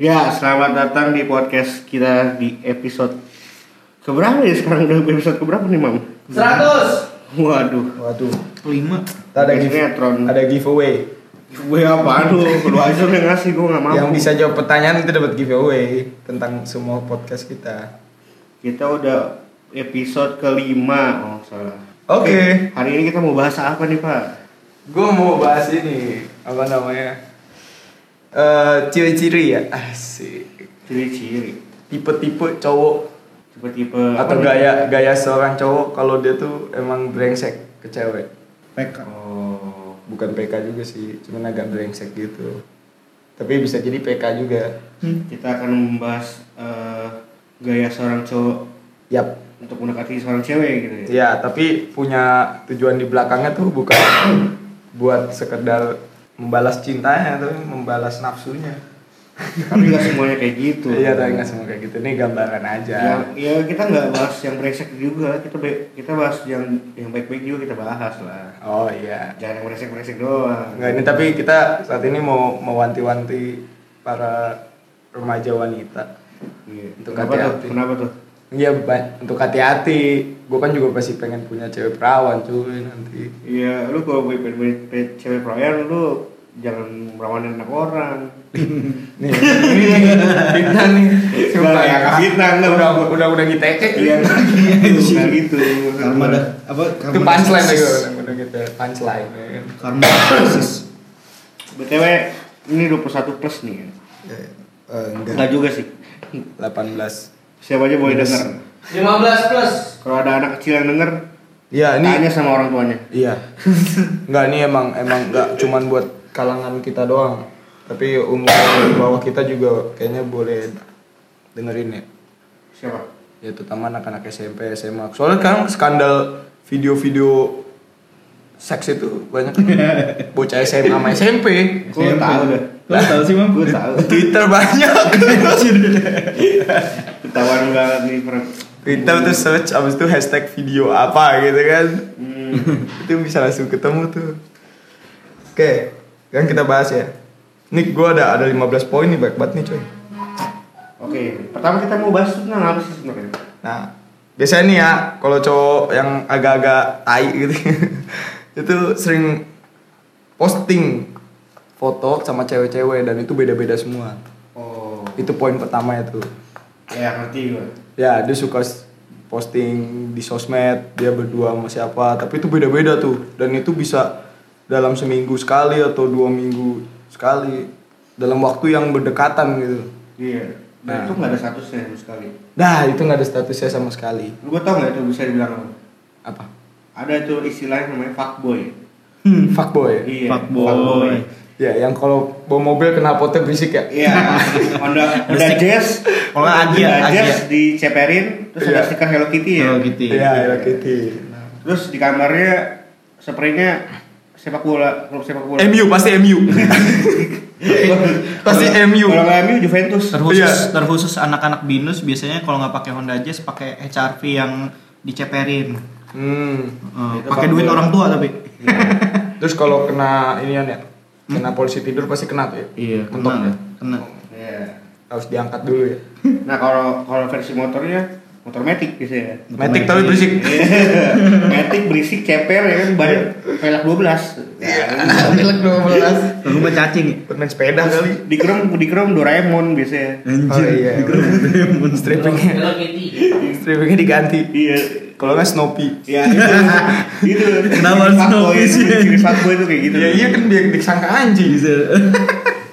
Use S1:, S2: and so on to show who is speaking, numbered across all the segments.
S1: Ya, selamat datang di podcast kita di episode keberapa ya sekarang udah episode keberapa nih, Mam?
S2: 100
S1: Waduh,
S3: Waduh,
S2: lima
S3: tak ada give,
S1: sinetron.
S3: ada giveaway.
S1: Gue apa? Aduh, lu aja yang ngasih gue gak mau.
S3: Yang bisa jawab pertanyaan itu dapat giveaway tentang semua podcast kita.
S1: Kita udah episode kelima, oh salah.
S3: Oke.
S1: Hari ini kita mau bahas apa nih, Pak?
S3: Gue mau bahas ini apa namanya? Eh, ciri-ciri ya. Asik.
S1: Ciri-ciri.
S3: Tipe-tipe cowok
S1: Tipe-tipe
S3: atau gaya gaya seorang cowok kalau dia tuh emang brengsek ke cewek.
S2: PK
S1: Oh.
S3: Bukan PK juga sih, cuman agak brengsek gitu. Tapi bisa jadi PK juga.
S1: Kita akan membahas eh, gaya seorang cowok
S3: Yap.
S1: untuk mendekati seorang cewek gitu ya.
S3: Ya, tapi punya tujuan di belakangnya tuh bukan buat sekedar membalas cintanya, tapi membalas nafsunya.
S1: Tapi gak semuanya kayak gitu.
S3: Iya, tapi nggak semua kayak gitu. Ini gambaran aja.
S1: ya, ya kita nggak bahas yang brengsek juga kita baik- kita bahas yang yang baik-baik juga kita bahas lah
S3: Oh iya.
S1: jangan yang brengsek-brengsek doang
S3: Enggak ini tapi kita saat ini mau mewanti-wanti para remaja wanita.
S1: Iya.
S3: Untuk
S1: kenapa tuh
S3: hati-hati.
S1: kenapa tuh
S3: Iya, Ba. untuk hati-hati. Gue kan juga pasti pengen punya cewek perawan cuy nanti.
S1: Iya, lu kalau mau pengen punya pe- cewek perawan lu jangan merawanin anak orang.
S3: Nih, ini nih, fitnah nih. Sumpah ya, Kak.
S1: Fitnah, lu.
S3: udah udah udah ditekek
S1: Iya,
S3: ini.
S1: gitu. Bukan gitu.
S2: Karma dah Apa?
S3: itu punchline ya gue udah gitu punchline ya kan.
S2: Karma narsis.
S1: BTW ini 21 plus nih. ya?
S3: Iya.
S2: Eh, eh, Enggak
S1: Enggak juga sih.
S3: 18
S1: Siapa aja boleh
S3: Yes.
S1: denger.
S2: 15 plus
S1: Kalau ada anak kecil yang denger,
S3: iya ini
S1: tanya sama orang tuanya.
S3: iya nggak ini emang emang nggak cuman buat kalangan kita doang tapi umur di bawah kita juga kayaknya boleh dengerin ya
S1: Siapa?
S3: ya terutama anak-anak SMP SMA soalnya sekarang skandal video-video seks itu banyak bocah SMA sama SMP
S1: Gue tahu dah.
S2: Lu Iya, tahu sih, Mam?
S1: Gue tahu.
S3: Twitter banyak
S1: Ketahuan banget nih per-
S3: Twitter tuh search abis itu hashtag video apa gitu kan
S1: Hmm.
S3: itu bisa langsung ketemu tuh oke kan kita bahas ya nih gue ada ada 15 poin nih baik banget nih coy
S1: Oke, pertama kita mau bahas tentang apa sih sebenarnya?
S3: nah biasanya nih ya kalau cowok yang agak-agak tai gitu itu sering posting foto sama cewek-cewek dan itu beda-beda semua
S1: Oh,
S3: itu poin pertama itu
S1: ya ngerti gue.
S3: ya dia suka s- posting di sosmed dia berdua sama siapa tapi itu beda-beda tuh dan itu bisa dalam seminggu sekali atau dua minggu sekali dalam waktu yang berdekatan gitu
S1: Iya. Dan
S3: Nah.
S1: itu nggak ada statusnya sama sekali.
S3: nah itu nggak ada statusnya sama sekali
S1: Lu gue tau nggak itu bisa dibilang apa?
S3: apa
S1: Ada itu istilahnya namanya fuckboy.
S2: Hmm.
S3: fuckboy
S1: Iya.
S2: Fuckboy.
S3: ya yang kalau bawa mobil kena potnya berisik ya
S1: Iya. Honda Honda
S2: stick-
S1: Jazz.
S2: Oh, nggak, Agia,
S1: Honda
S2: Agia.
S1: Jazz diceperin, terus ada
S3: Iya.
S1: stiker Hello Kitty ya.
S2: Hello Kitty. Iya.
S3: ya Hello Kitty
S1: Terus di kamarnya spraynya sepak bola, klub sepak bola.
S3: MU pasti MU pasti
S1: Kalau-
S3: MU
S1: Kalau nggak MU Juventus.
S2: Terkhusus
S3: Iya.
S2: terkhusus anak-anak binus biasanya kalau nggak pakai Honda Jazz pakai HRV yang diceperin.
S3: hmm.
S2: Eh,
S1: Itu
S2: pakai
S1: bang
S2: duit
S1: gue.
S2: orang tua tapi.
S3: Terus kalau kena inian ya, kena polisi tidur pasti kena tuh ya.
S2: Hmm? Iya,
S3: Mentok
S2: kena.
S3: ya?
S2: Kena.
S1: Iya.
S3: Harus diangkat dulu ya.
S1: Nah kalau kalau versi motornya motor metik biasanya.
S3: Metik tapi berisik.
S1: Matic berisik ceper ya kan banyak pelak 12. Ya.
S3: Pilek 12.
S2: Lalu buat cacing ya?
S3: Permen sepeda kali.
S1: Di krom di krom Doraemon biasanya.
S3: Oh iya. Strippingnya,
S4: Hello Kitty.
S3: strippingnya diganti.
S1: Iya.
S3: Kalau nggak Snoopy.
S1: Ya itu. itu.
S2: Kenapa harus
S1: Fuckboy,
S2: notice ya?
S1: Ciri Iya, fuckboy itu kayak gitu.
S3: Ya iya kan dia disangka anjing.
S2: Bisa.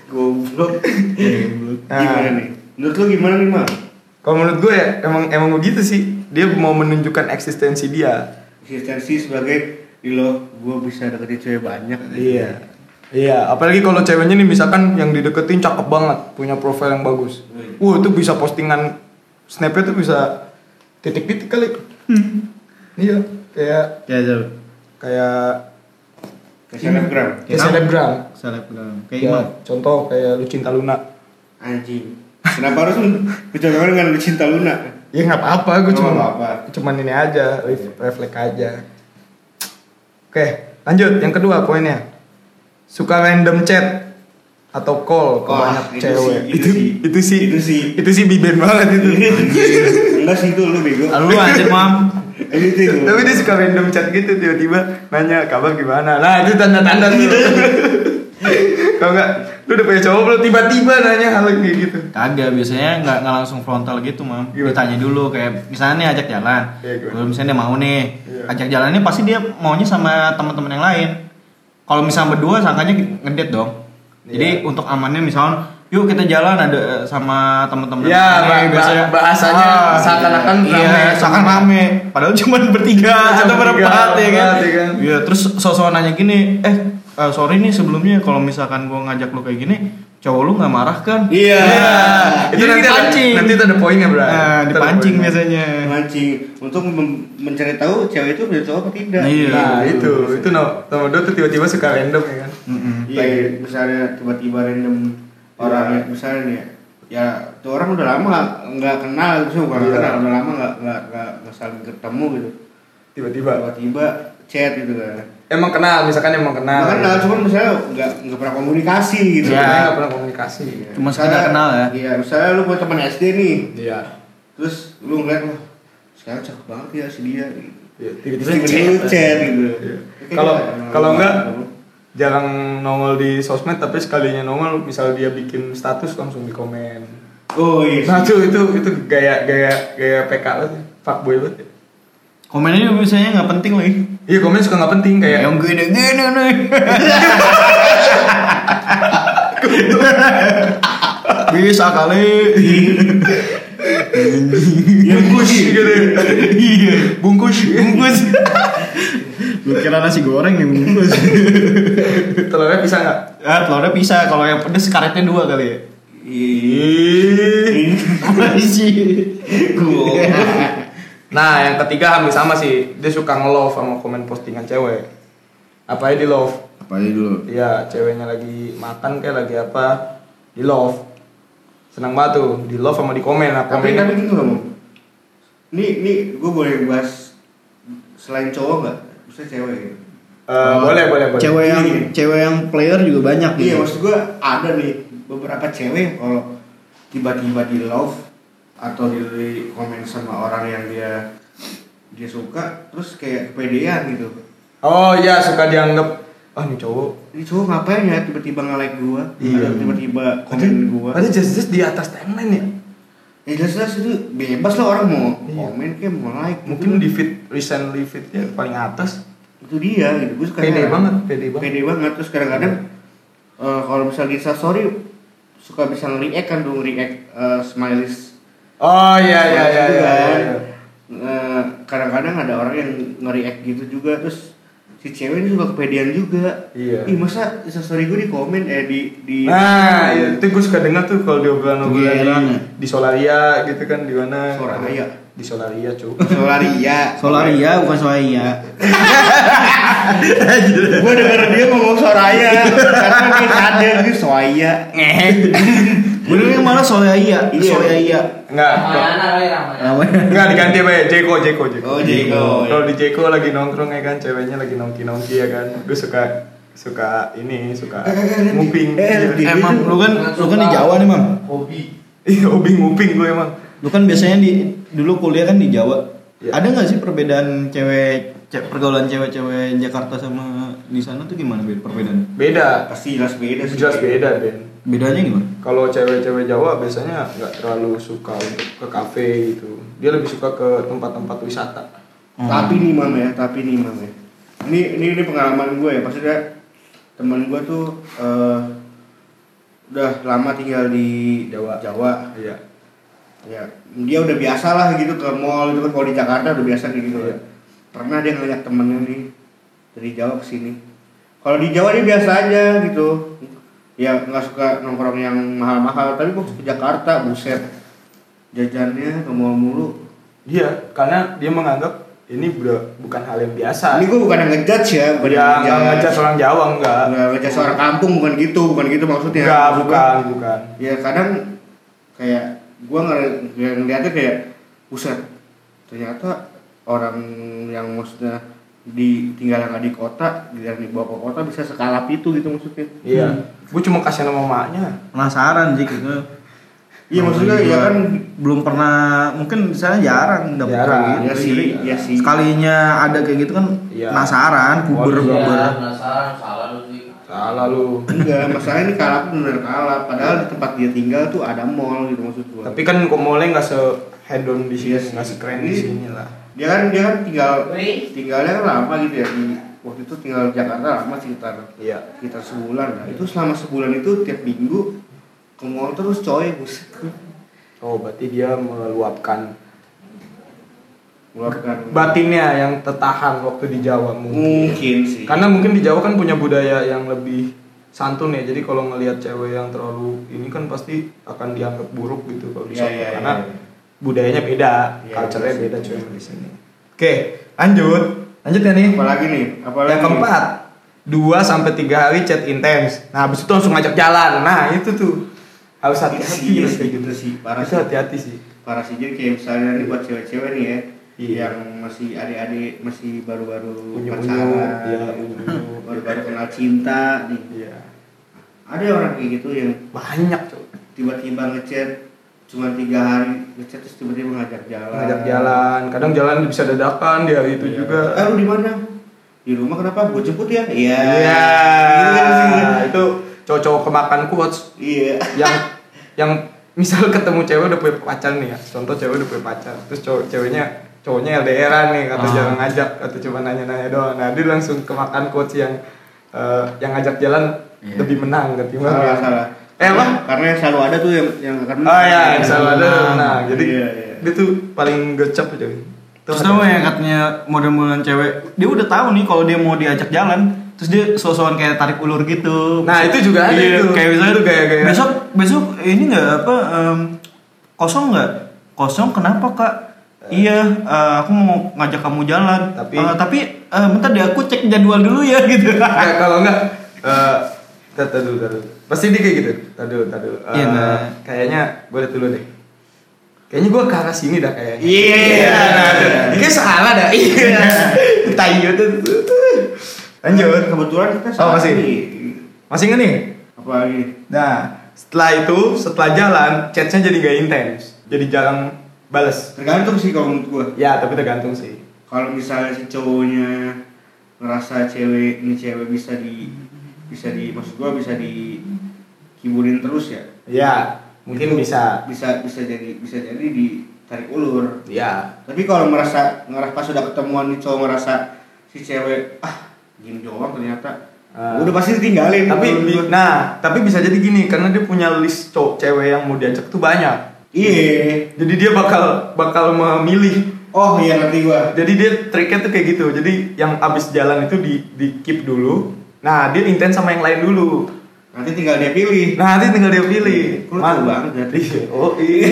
S1: Goblok.
S3: Nah.
S1: Gimana nih? Menurut lu gimana nih, Mal?
S3: Kalau menurut gue ya emang emang begitu sih. Dia mau menunjukkan eksistensi dia.
S1: Eksistensi sebagai Ilo, gue bisa deketin cewek banyak.
S3: Iya, apalagi kalau ceweknya nih misalkan yang dideketin cakep banget, punya profil yang bagus.
S1: Wih.
S3: Wah, itu bisa postingan snapnya tuh bisa titik-titik kali. Iya, kayak
S2: Ya, Zul.
S3: kayak
S1: Ke selebgram.
S3: kayak
S2: Kayak
S3: selebgram.
S2: Selebgram. Kayak
S3: Ya,
S2: Imam.
S3: contoh kayak Lucinta Luna.
S1: Anjing. Kenapa harus mencocokan dengan cinta Luna?
S3: Ya nggak apa-apa, gue
S1: Oh, Nggak
S3: cuma
S1: apa-apa.
S3: cuman ini aja, ref- reflek aja. Oke, lanjut yang kedua poinnya. Suka random chat atau call ke
S1: Wah,
S3: banyak
S1: itu
S3: cewek.
S1: sih, itu sih.
S3: itu sih
S1: Itu sih. Iya.
S3: itu sih biben banget itu.
S1: Enggak sih itu lu bego.
S5: Lalu anjir mam.
S1: Eh, Itu itu.
S3: Tapi dia suka random chat gitu tiba-tiba nanya kabar gimana. Nah, itu tanda-tanda tuh. Kalau enggak lu udah punya cowok belum tiba-tiba nanya hal yang kayak gitu.
S5: Kagak, biasanya nggak nggak langsung frontal gitu, Mam.
S3: Gimana?
S5: Ditanya dulu kayak misalnya nih ajak jalan.
S3: Iya, gimana?
S5: Kalau misalnya dia mau nih,
S3: Iya.
S5: ajak jalan ini pasti dia maunya sama teman-teman yang lain. Kalau misalnya berdua sangkanya ngedate dong. Jadi
S3: Iya.
S5: untuk amannya misalnya yuk kita jalan ada eh, sama teman-teman. Eh,
S3: Ya,
S5: yang
S3: ba-
S5: lain,
S3: ba- bahasanya seakan-akan
S5: iya,
S3: rame.
S5: seakan rame. Padahal cuma bertiga
S3: Cuma
S5: atau
S3: bertiga,
S5: berempat ya kan.
S3: berempat, ya kan?
S5: Iya, terus sosok nanya gini, eh eh, sorry nih sebelumnya kalau misalkan gua ngajak lu kayak gini, cowok lu nggak marah kan?
S1: Iya.
S5: Jadi
S3: Itu nanti
S5: dipancing.
S3: Ada, nanti itu ada poinnya, Bro.
S5: Nah, dipancing biasanya.
S1: mancing untuk mem- mencari tahu cewek itu punya cowok apa tidak.
S5: Iya.
S3: Nah, itu itu no. Temen lu tuh tiba-tiba suka random ya kan.
S5: Mm-mm.
S1: Iya, misalnya tiba-tiba random orang yang misalnya nih ya, ya tuh orang udah lama nggak nggak kenal gitu, bukan nggak
S3: Iya.
S1: kenal udah lama nggak nggak nggak nggak saling ketemu gitu.
S3: Tiba-tiba.
S1: Tiba-tiba chat gitu kan.
S3: Emang kenal, misalkan emang kenal.
S1: Nggak kenal, cuman misalnya nggak nggak pernah komunikasi gitu.
S3: Iya,
S1: kan.
S3: nggak pernah komunikasi.
S5: Cuma
S1: Misalnya-
S5: sekedar kenal ya?
S1: Iya, misalnya lu punya teman SD nih,
S3: Iya.
S1: terus lu ngeliat wah sekarang cakep banget ya si dia. gitu.
S3: Iya,
S1: Terus tiba-tiba lu chat gitu.
S3: Iya.
S1: Oke,
S3: Kalau
S1: gimana?
S3: kalau enggak jarang nongol di sosmed tapi sekalinya nongol misal dia bikin status langsung di komen.
S1: Oh iya.
S3: Nah,
S1: sih.
S3: itu itu itu gaya gaya gaya PK banget, ya. fuckboy banget. ya.
S5: Komennya biasanya nggak penting lagi.
S3: Iya, komen suka nggak penting kayak
S5: Yang gini-gini nih. Bisa kali.
S3: bungkus
S1: iya.
S3: gitu. Iya, bungkus.
S5: Bungkus. Gue kira nasi goreng yang bungkus.
S3: Telurnya bisa nggak?
S5: ah, telurnya bisa kalau yang pedes karetnya dua kali ya.
S1: Iya.
S3: Ih.
S5: Apa sih?
S3: Iya,
S1: Iya. Gue.
S3: Nah, yang ketiga hampir sama sih. Dia suka nge-love sama komen postingan cewek. Apa di love?
S1: Apa aja dulu?
S3: Iya, ceweknya lagi makan kayak lagi apa? Di love. Senang banget tuh, di love sama di komen Nah, apa
S1: Tapi tapi gitu loh. Nih nih gue boleh bahas selain cowok nggak? Bisa cewek. ya?
S3: eh, boleh, boleh, boleh. Iya.
S6: Cewek yang cewek yang player juga banyak
S1: Iya
S6: gitu.
S1: maksud gue ada nih beberapa cewek yang kalau tiba-tiba di love atau di, di komen sama orang yang dia dia suka terus kayak kepedean gitu.
S3: Oh iya, suka dianggap ah ini cowok.
S1: Ini cowok ngapain ya tiba-tiba nge-like gua,
S3: Iya.
S1: atau tiba-tiba komen gua.
S3: Padahal just-just di atas timeline ya.
S1: Ya jelas-jelas itu bebas lah orang mau
S3: Iya.
S1: komen kayak mau like
S3: Mungkin
S1: gitu.
S3: di feed recently feed ya paling atas.
S1: itu dia gitu gue suka
S3: Pede
S1: heran.
S3: banget, pede banget.
S1: pede banget terus kadang-kadang eh, kalau misalnya di sorry suka bisa nge-react kan tuh nge-react eh, smileys
S3: Oh iya iya iya
S1: Gitu
S3: iya.
S1: kan.
S3: iya.
S1: Eh, kadang-kadang ada orang yang nge-react gitu juga terus si cewek ini suka kepedean juga
S3: Iya.
S1: ih masa sorry gue di komen eh di di
S3: Nah, iya, itu gue suka dengar tuh kalau di
S1: iya,
S3: obrolan-obrolan
S6: Giliran
S3: di,
S6: ya.
S3: di Solaria gitu kan di mana?
S1: Soraya.
S3: Di Solaria, cuy.
S1: Solaria
S6: Solaria bukan Solaria.
S1: gue denger dia ngomong Soraya karena dia sadar dia Soraya
S6: Bener yang mana Solaria?
S1: Iya.
S6: Solaria.
S3: Enggak.
S6: Namanya.
S3: Enggak diganti apa ya? Jeko, Jeko, Jeko. iya.
S1: Oh, Jeko.
S3: Kalau di Jeko lagi nongkrong ya kan, ceweknya lagi nongki-nongki ya kan. Gue suka suka ini, suka
S1: Eh, eh, eh,
S3: nguping.
S1: eh, eh,
S5: Eh,
S3: Iya.
S5: Mam, lu kan lu kan di Jawa nih, Mam.
S3: Iya, obing nguping gue emang.
S5: Lu kan biasanya di dulu kuliah kan di Jawa.
S3: Iya.
S5: Ada nggak sih perbedaan cewek ce- pergaulan cewek-cewek Jakarta sama di sana tuh gimana beda perbedaannya?
S3: Beda.
S1: pasti jelas beda sih
S3: Jelas beda, Ben.
S5: Bedanya gimana?
S3: Kalau cewek-cewek Jawa biasanya nggak terlalu suka untuk ke kafe gitu. Dia lebih suka ke tempat-tempat wisata.
S1: Tapi nih mam ya, tapi nih mam ya. Ini ini, ini pengalaman gue ya, maksudnya teman gue tuh eh, udah lama tinggal di
S3: Jawa.
S1: Jawa.
S3: Iya.
S1: Ya, dia udah biasa lah gitu ke mall itu kan kalau di Jakarta udah biasa kayak gitu.
S3: Iya.
S1: Pernah dia ngeliat temennya nih dari Jawa ke sini. Kalau di Jawa dia biasa aja gitu. Ya nggak suka nongkrong yang mahal-mahal, tapi kok ke Jakarta buset jajannya ke mall mulu.
S3: Iya, karena dia menganggap ini udah bukan hal yang biasa.
S1: Ini gue bukan yang ngejudge ya, bukan
S3: ya nggak ngajak orang Jawa enggak.
S1: Nggak baca suara kampung bukan gitu, bukan gitu maksudnya.
S3: Enggak,
S1: Maksud gua,
S3: bukan, bukan.
S1: Ya kadang kayak gua ngel- ngeliatnya kayak buset. Ternyata orang yang maksudnya di tinggalan di kota giliran dibawa ke kota bisa sekalap itu gitu maksudnya
S3: Iya. Gue cuma kasihan sama maknya.
S2: penasaran sih gitu
S1: iya maksudnya ya kan
S2: belum pernah mungkin di sana jarang dapet kayak gitu.
S3: Jarang.
S1: ya sih ya sih
S2: sekalinya ada kayak gitu kan
S3: Iya.
S2: penasaran kuber
S3: Waduh.
S2: kuber
S3: Iya.
S5: penasaran salah lu sih.
S3: Salah lu.
S1: enggak masalahnya ini kalap tuh bener kalap padahal di tempat dia tinggal tuh ada mall gitu maksud gua
S3: Tapi kan kok mole nggak se head on di sini,
S1: Iya sih.
S3: nggak sekeren di
S1: Ini-
S3: sini lah.
S1: dia kan dia kan tinggal
S5: Wih.
S1: tinggalnya kan lama gitu ya di waktu itu tinggal di Jakarta lama sekitar
S3: Iya.
S1: sekitar sebulan nah itu selama sebulan itu tiap minggu ke mall terus coy buset
S3: Oh, berarti dia meluapkan
S1: mengeluarkan
S3: batinnya yang tertahan waktu di Jawa mungkin.
S1: mungkin sih
S3: Karena mungkin di Jawa kan punya budaya yang lebih santun ya. Jadi kalau ngelihat cewek yang terlalu ini kan pasti akan dianggap buruk gitu kalau di
S1: Iya,
S3: sana.
S1: iya,
S3: Karena
S1: iya.
S3: budayanya beda,
S1: Iya,
S3: culture-nya
S1: iya.
S3: beda cuy sama di sini. Oke, lanjut. Lanjut ya nih.
S1: apalagi nih apalagi
S3: Yang keempat, 2 sampai 3 hari chat intens. Nah, habis itu langsung ngajak jalan. Nah, itu tuh harus hati-hati
S1: Iya
S3: gitu
S1: sih,
S3: kayak gitu.
S1: gitu sih, parah
S3: Itu
S1: sih.
S3: hati-hati sih.
S1: parah sih jadi kayak misalnya nih buat cewek-cewek nih ya
S3: Iya.
S1: yang masih adik-adik masih baru-baru
S3: Unyu-unyu,
S1: pacaran
S3: iya, unyu-unyu.
S1: baru-baru kenal cinta nih
S3: Iya.
S1: ada orang kayak gitu yang
S3: Banyak tuh.
S1: tiba-tiba ngechat cuma tiga hari ngechat terus tiba-tiba ngajak jalan
S3: Ngajak jalan, kadang jalan bisa dadakan di hari itu juga.
S1: eh lu di mana di rumah kenapa gue jemput ya iya
S3: Iya.
S1: Gitu kan sih.
S3: Itu cowok-cowok kemakan quotes
S1: iya
S3: yang yang misal ketemu cewek udah punya pacar nih ya contoh cewek udah punya pacar terus cowok ceweknya cowoknya LDRan nih kata
S2: Ah.
S3: jangan ngajak atau cuma nanya-nanya doang nah dia langsung kemakan coach yang eh, yang ngajak jalan
S2: Iya.
S3: lebih menang ketimbang
S1: salah
S3: yang-
S1: salah Iya.
S3: eh apa
S1: karena yang selalu ada tuh yang yang akan
S3: oh ya yang salah ada
S2: menang.
S3: nah jadi
S1: Iya, iya.
S3: dia tuh paling gocap aja
S2: terus tau nggak yang katanya model-modelan cewek dia udah tahu nih kalau dia mau diajak jalan terus dia sosokan kayak tarik ulur gitu
S3: Nah, itu juga ada
S2: Iya,
S3: itu.
S2: kayak misalnya
S3: Itu gaya-gaya.
S2: besok besok ini nggak apa em, kosong nggak kosong kenapa kak iya eh, aku mau ngajak kamu jalan
S3: Tapi-
S2: "Eh, tapi eh, bentar deh aku cek jadwal dulu ya gitu
S3: Nggak, kalau enggak eh tar tar dulu tar dulu. Pasti dia kayak gitu. Tar dulu tar dulu. Eh,
S2: Iya, nah.
S3: kayaknya gue liat dulu deh. Kayaknya gue ke arah sini dah kayaknya.
S1: Iya.
S3: nah, nah. Kayak salah dah. Iya. Tayo tuh. Lanjut.
S1: kebetulan kita
S3: Oh, masih.
S1: nih.
S3: Masih nggak nih?
S1: apa lagi
S3: Nah, setelah itu, setelah jalan, chatnya jadi gak intens. Jadi jarang bales.
S1: tergantung sih kalau menurut gue
S3: Ya, tapi tergantung sih.
S1: kalau misalnya si cowoknya ngerasa cewek ini cewek bisa di bisa di maksud gua bisa di kiburin terus ya
S3: Ya, mungkin
S1: Itu
S3: bisa.
S1: bisa bisa jadi bisa jadi ditarik ulur
S3: Ya.
S1: tapi kalau merasa ngerasa pas sudah ketemuan nih cowok ngerasa si cewek ah gini doang ternyata
S3: Ah.
S1: udah pasti ditinggalin
S3: Tapi,
S1: Menurut
S3: bi-
S1: gua.
S3: nah, tapi bisa jadi gini, karena dia punya list cowok cewek yang mau diajak tuh banyak.
S1: iya
S3: Jadi dia bakal bakal memilih.
S1: oh iya nanti gua
S3: Jadi dia triknya tuh kayak gitu. Jadi yang abis jalan itu di di keep dulu. Nah dia intens sama yang lain dulu.
S1: nanti tinggal dia pilih
S3: Nah nanti tinggal dia pilih.
S1: Lu tahu
S3: Man-
S1: banget, ya.
S3: Iya. Oh iya.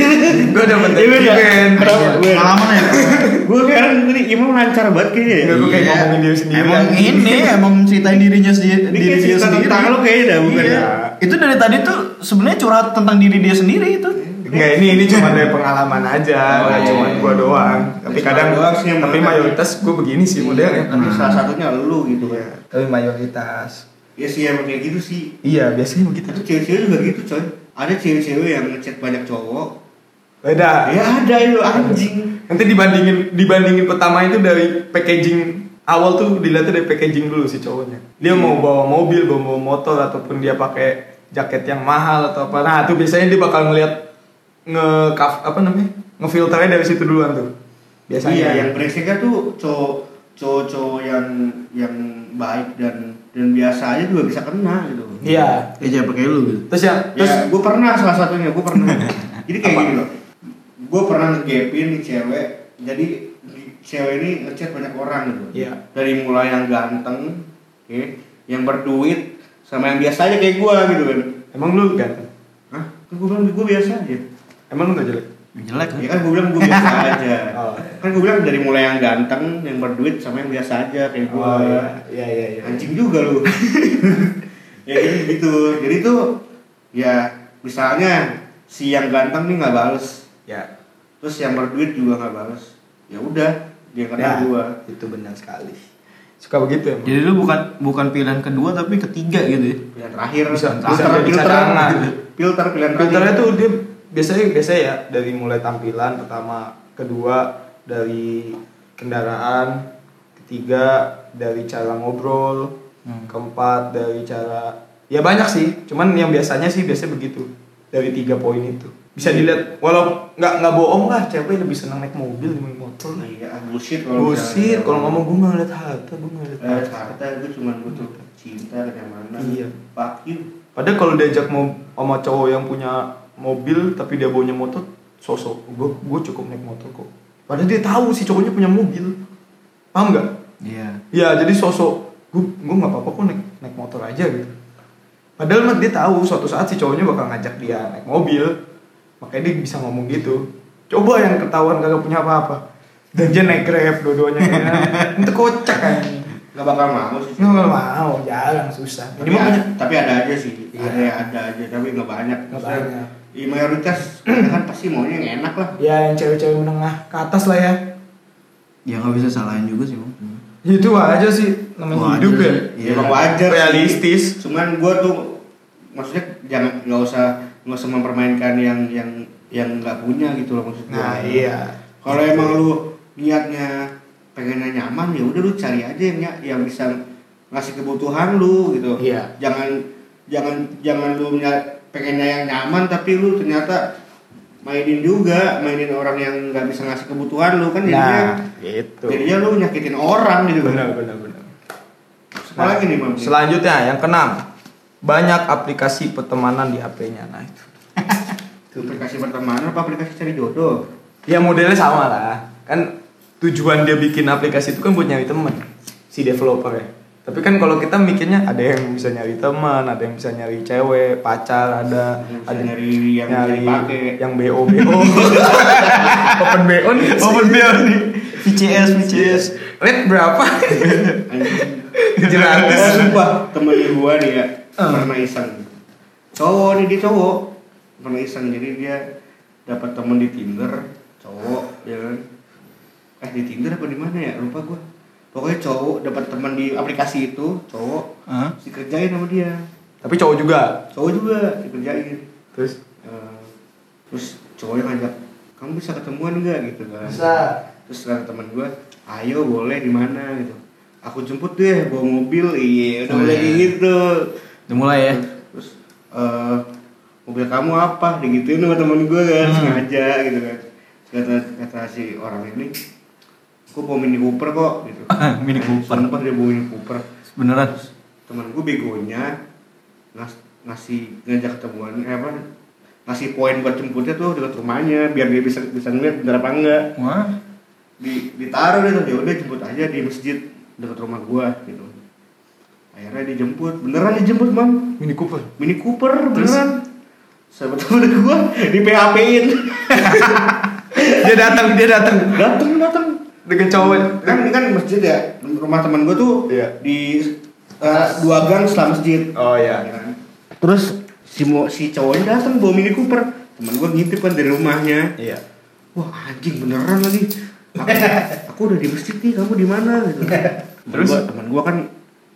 S3: Gue dapet
S1: Iya, iya.
S3: event.
S1: Kenapa? Gue.
S2: pengalaman ya
S1: gua sekarang ini imam lancar banget kayaknya ya
S3: Enggak, gue kayak
S2: Iya.
S3: ngomongin diri sendiri
S2: emang
S3: aja.
S2: ini emang ceritain dirinya sendiri
S1: ini kayak cerita tentang lu kayaknya dah bukan
S2: Iya.
S1: ya?
S2: Itu dari tadi tuh sebenarnya curhat tentang diri dia sendiri itu.
S3: Enggak ini ini cuma dari pengalaman aja.
S5: Oh,
S3: Nggak
S5: iya,
S3: cuma
S5: iya.
S3: gue doang. Tapi
S1: Cuma
S3: kadang
S1: doang sih yang Iya.
S3: tapi
S1: menekan.
S3: mayoritas gue begini sih modelnya.
S1: tapi salah ya, kan satunya lu gitu kan
S3: Tapi mayoritas.
S1: ya sih emang kayak gitu sih
S3: Iya biasanya begitu.
S1: itu cewek-cewek juga gitu coy ada cewek-cewek yang ngechat banyak cowok
S3: Beda.
S1: ya ada itu anjing
S3: Nanti dibandingin dibandingin pertama itu dari packaging awal tuh dilihatnya dari packaging dulu si cowoknya. Dia mau bawa mobil, bawa, bawa motor ataupun dia pakai jaket yang mahal atau apa. Nah, itu biasanya dia bakal ngelihat nge apa namanya? ngefilternya dari situ duluan tuh. Biasanya. ya.
S1: iya yang brengseknya tuh cowok cowok cowok yang yang baik dan dan biasa aja juga bisa kena gitu
S3: Iya.
S4: Kayak siapa kayak lu gitu.
S3: Terus ya, terus
S1: ya gue pernah salah satunya gue pernah jadi kayak
S3: Apa?
S1: gini loh gue pernah ngegapin nih cewek jadi di- cewek ini ngechat banyak orang gitu
S3: Iya.
S1: dari mulai yang ganteng oke, yang berduit sama yang biasa aja kayak gue gitu kan
S3: emang lu ganteng.
S1: Hah? Gue bilang gue biasa aja.
S3: Emang lu gak jelek.
S2: Jelek
S1: Ya kan gue bilang gue biasa aja.
S3: Oh.
S1: Kan gue bilang dari mulai yang ganteng, yang berduit sama yang biasa aja kayak gue.
S3: iya iya iya.
S1: Anjing juga lu. ya jadi gitu. Jadi tuh ya misalnya si yang ganteng nih nggak bales,
S3: Ya.
S1: terus yang berduit juga nggak bales. Ya udah dia kena
S3: Ya,
S1: gua.
S3: Itu benar sekali. suka begitu ya
S2: Jadi lu bukan bukan pilihan kedua tapi ketiga gitu ya.
S1: pilihan terakhir
S3: Bisa- bisa
S1: filter
S3: jadi
S1: filter
S3: cadangan.
S1: filter pilihan
S3: filternya
S1: terakhir.
S3: tuh dia biasanya biasanya ya dari mulai tampilan pertama kedua dari kendaraan ketiga dari cara ngobrol keempat dari cara ya banyak sih cuman yang biasanya sih biasanya begitu dari tiga poin itu bisa dilihat walau nggak nggak bohong lah cewek lebih senang naik mobil dibanding motor lah
S1: iya bullshit kalau
S3: Bullshit,
S1: misalnya.
S3: kalau ngomong gue nggak ngeliat harta, gue nggak ngeliat
S1: Eh,
S3: harta.
S1: harta gue cuma butuh cinta kenyamanan
S3: Iya.
S1: fuck you
S3: Padahal kalau diajak mau sama cowok yang punya mobil tapi dia baunya motor, sosok gue gue cukup naik motor kok. Padahal dia tahu si cowoknya punya mobil, paham nggak?
S2: Iya.
S3: Ya jadi sosok gue gue nggak apa-apa kok naik naik motor aja gitu. Padahal mah dia tahu suatu saat si cowoknya bakal ngajak dia naik mobil, makanya dia bisa ngomong gitu. Coba yang ketahuan kagak punya apa-apa, dan dia naik grab dua-duanya, ya. itu kocak kan?
S1: gak bakal mau sih
S3: Nggak mau, jarang susah.
S1: tapi, ya,
S3: Minimal punya
S1: ada, tapi ada aja sih
S3: Iya.
S1: ada ada aja tapi nggak banyak
S3: Nggak
S1: Maksudnya,
S3: banyak.
S1: di mayoritas kan pasti maunya yang enak lah
S3: ya yang cewek-cewek menengah ke atas lah ya
S2: Ya nggak bisa salahin juga sih, Bang.
S3: itu Gitu aja sih
S2: Wajar
S3: namanya hidup ya
S2: sih.
S1: ya
S2: Iya.
S1: emang wajar sih.
S3: Realistis.
S1: cuman gue tuh maksudnya jangan nggak usah nggak usah mempermainkan yang yang yang nggak punya gitu loh maksud gua.
S3: nah iya
S1: kalau emang lu niatnya pengennya nyaman ya udah lu cari aja yang ny- yang bisa ngasih kebutuhan lu gitu
S3: Iya.
S1: jangan jangan jangan lu ny- pengennya yang nyaman tapi lu ternyata mainin juga mainin orang yang nggak bisa ngasih kebutuhan lu kan jadinya
S3: nah itu
S1: jadinya lu nyakitin orang gitu
S3: benar benar benar
S1: apalagi nih bang
S3: selanjutnya yang keenam banyak aplikasi pertemanan di HP-nya nah itu
S1: aplikasi pertemanan apa aplikasi cari jodoh
S3: ya modelnya sama lah kan tujuan dia bikin aplikasi itu kan buat nyari temen si developer ya tapi kan kalau kita mikirnya ada yang bisa nyari teman, ada yang bisa nyari cewek, pacar, ada
S1: Yang bisa
S3: ada
S1: nyari yang bisa
S3: nyari
S1: dipakai
S3: yang BO BO open
S2: Oh,
S3: BO nih
S2: iya
S3: open BO nih
S2: VCS, VCS.
S3: rate berapa
S1: Anjing.
S3: Jeratus.
S1: Ada sebuah temen Oh, gua nih ya pernah iseng cowok nih dia cowok pernah iseng jadi dia dapat temen di tinder cowok ya kan eh di tinder apa di mana ya lupa gua pokoknya cowok dapat temen di aplikasi itu cowok
S2: Hah?
S1: dikerjain sama dia
S3: tapi cowok juga
S1: cowok juga dikerjain
S3: terus
S1: Eh, terus cowoknya ngajak kamu bisa ketemuan nggak gitu kan terus kata teman gue ayo boleh di mana gitu aku jemput deh bawa mobil iya udah
S2: Oh,
S1: mulai
S2: iya.
S1: kayak gitu
S2: Udah mulai ya.
S1: terus eh mobil kamu apa digituin sama temen gue kan
S2: Hmm.
S1: sengaja gitu kan Terus kata kata si orang ini aku bawa mini cooper kok gitu
S2: Mini Cooper.
S1: Sumpah dia bawa mini cooper
S2: Beneran.
S1: temen gue begonya ngas ngasih ngajak ketemuan eh, apa ngasih poin buat jemputnya tuh dekat rumahnya biar dia bisa bisa ngeliat bener apa enggak
S2: Wah.
S1: di ditaruh deh tuh ya udah jemput aja di masjid dekat rumah gua gitu akhirnya dijemput beneran dijemput mam
S3: Mini Cooper
S1: mini cooper beneran sahabat temen gua di PHP in
S3: dia datang dia datang
S1: dateng dateng
S3: dengan cowok
S1: kan ini kan masjid ya rumah teman gua tuh
S3: Iya.
S1: di eh, dua gang setelah masjid
S3: oh ya
S1: Ya. terus si mo- si cowoknya datang bawa mini cooper temen gua ngintip kan dari rumahnya
S3: iya
S1: wah anjing beneran lagi aku, aku udah di masjid nih kamu di mana gitu terus
S3: Terus?
S1: gua, teman gua kan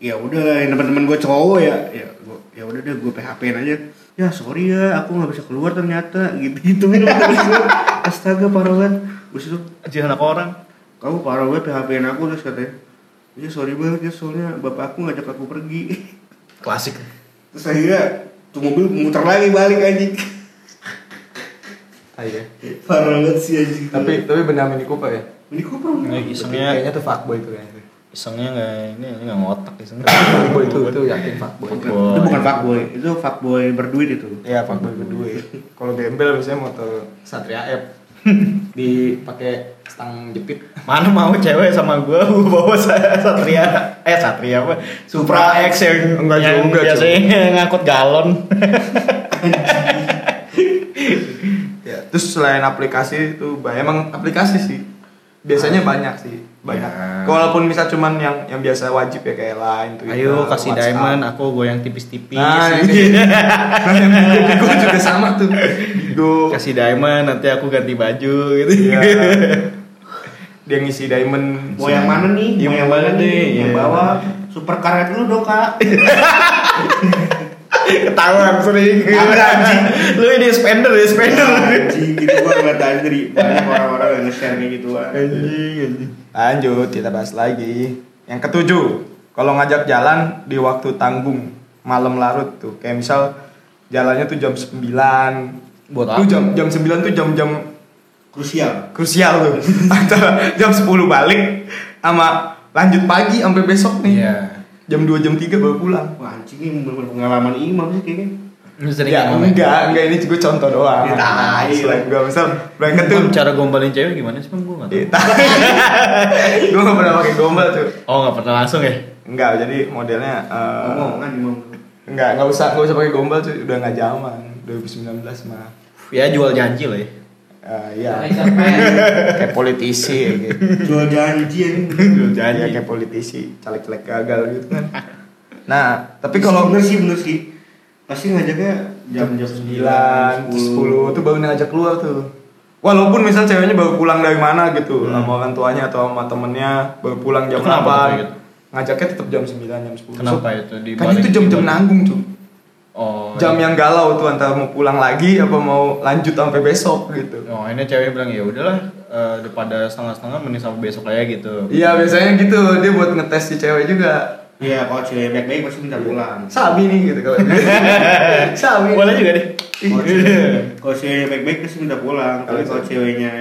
S1: ya udah yang teman-teman gua cowok ya ya gua ya udah deh gua PHP-in aja ya sorry ya aku nggak bisa keluar ternyata gitu gituin sama temen gua. astaga parah banget terus itu
S2: Jangan anak orang.
S1: kamu parah banget PHP-in aku terus katanya ya sorry banget ya soalnya bapak aku ngajak aku pergi
S3: klasik
S1: terus akhirnya tuh mobil muter lagi balik anjing
S3: ah, iya
S1: parah banget sih anjing
S3: tapi tapi benar Mini Cooper ya
S1: ini Cooper
S2: Ini
S3: Tapi
S2: isengnya
S3: kayaknya tuh fuckboy tuh kayaknya
S2: isengnya nggak ini ini nggak ngotak isengnya.
S3: fuckboy tuh tuh yakin fuckboy
S1: Bukan, itu bukan fuckboy itu fuckboy berduit itu
S3: Iya, fuckboy berduit. Kalau gembel biasanya motor Satria F dipakai stang jepit.
S2: Mana mau cewek sama gue bawa saya Satria eh Satria apa Supra X
S5: ya?
S2: yang
S3: Enggak
S2: yang
S3: juga,
S2: biasanya ngangkut galon.
S3: Ya, terus selain aplikasi itu ba- emang aplikasi sih. Biasanya banyak sih, banyak.
S2: Ya.
S3: Walaupun misal cuman yang yang biasa wajib ya kayak Line, Twitter,
S2: Ayo kasih
S3: WhatsApp.
S2: diamond, aku goyang tipis-tipis.
S3: Nah,
S5: Iya.
S3: ini. Nah, yang Bigo, Bigo juga sama tuh. Bigo.
S5: Iya.
S2: kasih diamond nanti aku ganti baju gitu
S3: Iya. dia ngisi diamond
S1: Mau yang mana nih?
S3: Iya,
S1: Mau
S3: mau mana nih?
S1: Yang
S3: Iya.
S1: bawah super karet dulu dong kak.
S3: ketahuan sering
S1: Ada anjing.
S3: lu ini spender ya spender
S1: Anjing gitu gua ngeliat aja dari banyak orang-orang yang nge-share kayak gitu, gituan.
S3: Iya. lanjut kita bahas lagi yang ketujuh kalau ngajak jalan di waktu tanggung malam larut tuh kayak misal jalannya tuh jam 9
S5: Buat apa?
S3: tuh jam jam 9 tuh jam-jam
S1: Krusial.
S3: krusial tuh antara jam 10 balik sama lanjut pagi sampai besok nih
S5: Iya.
S3: jam 2 jam 3 baru pulang
S1: Wah anjing ini bener-bener pengalaman imam sih kayaknya.
S5: Lu sering Iya,
S3: ya
S5: ngomong, ya?
S3: enggak enggak ini gue contoh doang
S1: Ya, tai.
S3: Selain gue misal berangkat tuh
S5: Bang, cara gombalin cewek gimana sih bang gue
S3: Iya,
S5: nggak tahu.
S3: gue gak pernah pakai gombal tuh
S5: oh nggak pernah langsung ya
S3: enggak jadi modelnya eh,
S5: kan?
S1: Ngomongan imam.
S3: enggak enggak usah enggak usah pakai gombal tuh udah nggak zaman 2019 mah
S5: ya jual janji lah ya
S3: Eh,
S4: Ya.
S3: iya kayak politisi ya, gitu.
S1: Jual janji anjing.
S3: Iya, kayak politisi caleg-caleg gagal gitu kan nah tapi kalau
S1: bener sih bener sih. Pasti ngajaknya jam-jam 9,
S3: 9, 10 tuh baru ngajak keluar tuh walaupun misal ceweknya baru pulang dari mana gitu
S5: Hmm.
S3: sama orang tuanya atau sama temennya baru pulang jam
S5: Itu kenapa tuh kayak
S3: 8
S5: gitu?
S3: ngajaknya tetap jam 9, jam 10
S5: Kenapa
S3: So,
S5: itu? Di
S3: kan
S5: balik-
S3: itu
S5: di
S3: jam-jam
S5: balik-
S3: nanggung tuh
S5: oh
S3: jam
S5: iya.
S3: yang galau tuh antara mau pulang lagi apa mau lanjut sampai besok gitu
S5: oh ini cewek bilang ya udahlah eh, daripada setengah setengah mending sampai besok aja gitu
S3: iya biasanya gitu dia buat ngetes si cewek juga
S1: Iya kalau cewek baik-baik pasti
S5: Iya.
S1: minta pulang.
S3: sabi nih gitu kalau sabi
S5: boleh juga deh
S1: Kalau
S5: iya.
S1: cewek- Kalau cewek baik-baik pasti minta pulang. Tapi
S3: Kalau
S1: kalau ceweknya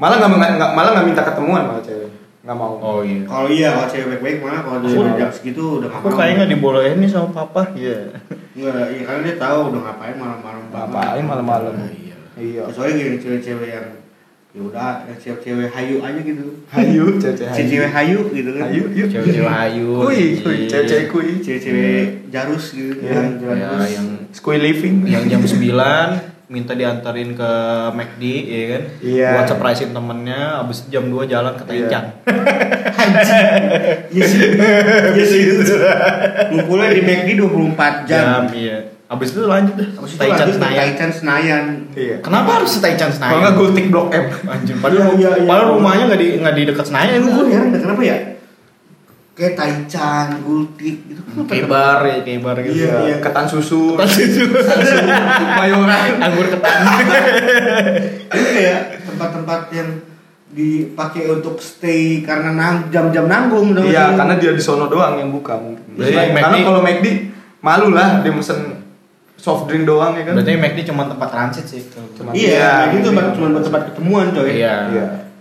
S3: malah nggak meng- nggak- malah nggak minta ketemuan malah cewek nggak mau
S5: oh iya
S1: kalau iya kalau cewek baik-baik mah kalau
S5: Aku-
S1: dia jam segitu udah
S5: aku
S1: ngapain?
S5: kayaknya nggak dibolehin nih sama papa iya
S1: Enggak, ya karena dia tahu udah ngapain malam-malam.
S3: ngapain malam-malam
S5: Iya.
S3: iya
S1: Kecuali gini cewek-cewek yang ya udah yang cewek-cewek hayu aja gitu.
S3: hayu cewek
S1: Cewek-cewek hayu gitu kan.
S3: hayu yuk
S5: cewek-cewek iya. ayu
S3: Iya. kui kui cewek-cewek kui
S1: Cewek-cewek jarus gitu
S3: Iya.
S1: yang jalan
S5: ya,
S1: terus.
S5: yang
S3: kui living
S5: yang jam 9 minta diantarin ke McD ya kan
S3: Iya.
S5: buat surprisein temennya abis jam 2 jalan ke Taicang
S1: Iya sih. Iya sih. Ngumpulnya di McD 24
S5: jam
S1: jam.
S5: iya abis itu lanjut deh
S1: Habis itu
S5: Taichan
S1: lanjut ke
S5: Senayan
S1: Taichan Senayan.
S3: iya
S5: kenapa harus Taichan
S3: kalau nggak
S5: Senayan
S3: gultik blok M
S5: anjir padahal,
S1: Iya, iya, iya.
S5: padahal rumahnya nggak di nggak di dekat Senayan
S1: Itu
S5: gue
S1: gue heran deh, kenapa ya? Kayak Taichan, Gultik gitu. Kenapa
S5: kebar ya kebar gitu
S1: Iya, iya.
S3: ketan susu
S5: Ketan susu.
S3: mayoran
S5: anggur ketan
S1: Ini kayak tempat-tempat yang dipakai untuk stay karena nang jam-jam nanggung dong.
S3: iya karena dia di sono doang yang buka mungkin
S5: Berarti
S3: Selain- karena
S5: McD-
S3: kalau McD malu lah dia mesen soft drink doang ya kan
S5: berarti McD cuma tempat transit sih
S3: Cuma-
S1: Iya,
S3: Iya.
S1: itu tempat cuma buat tempat ketemuan coy.
S3: iya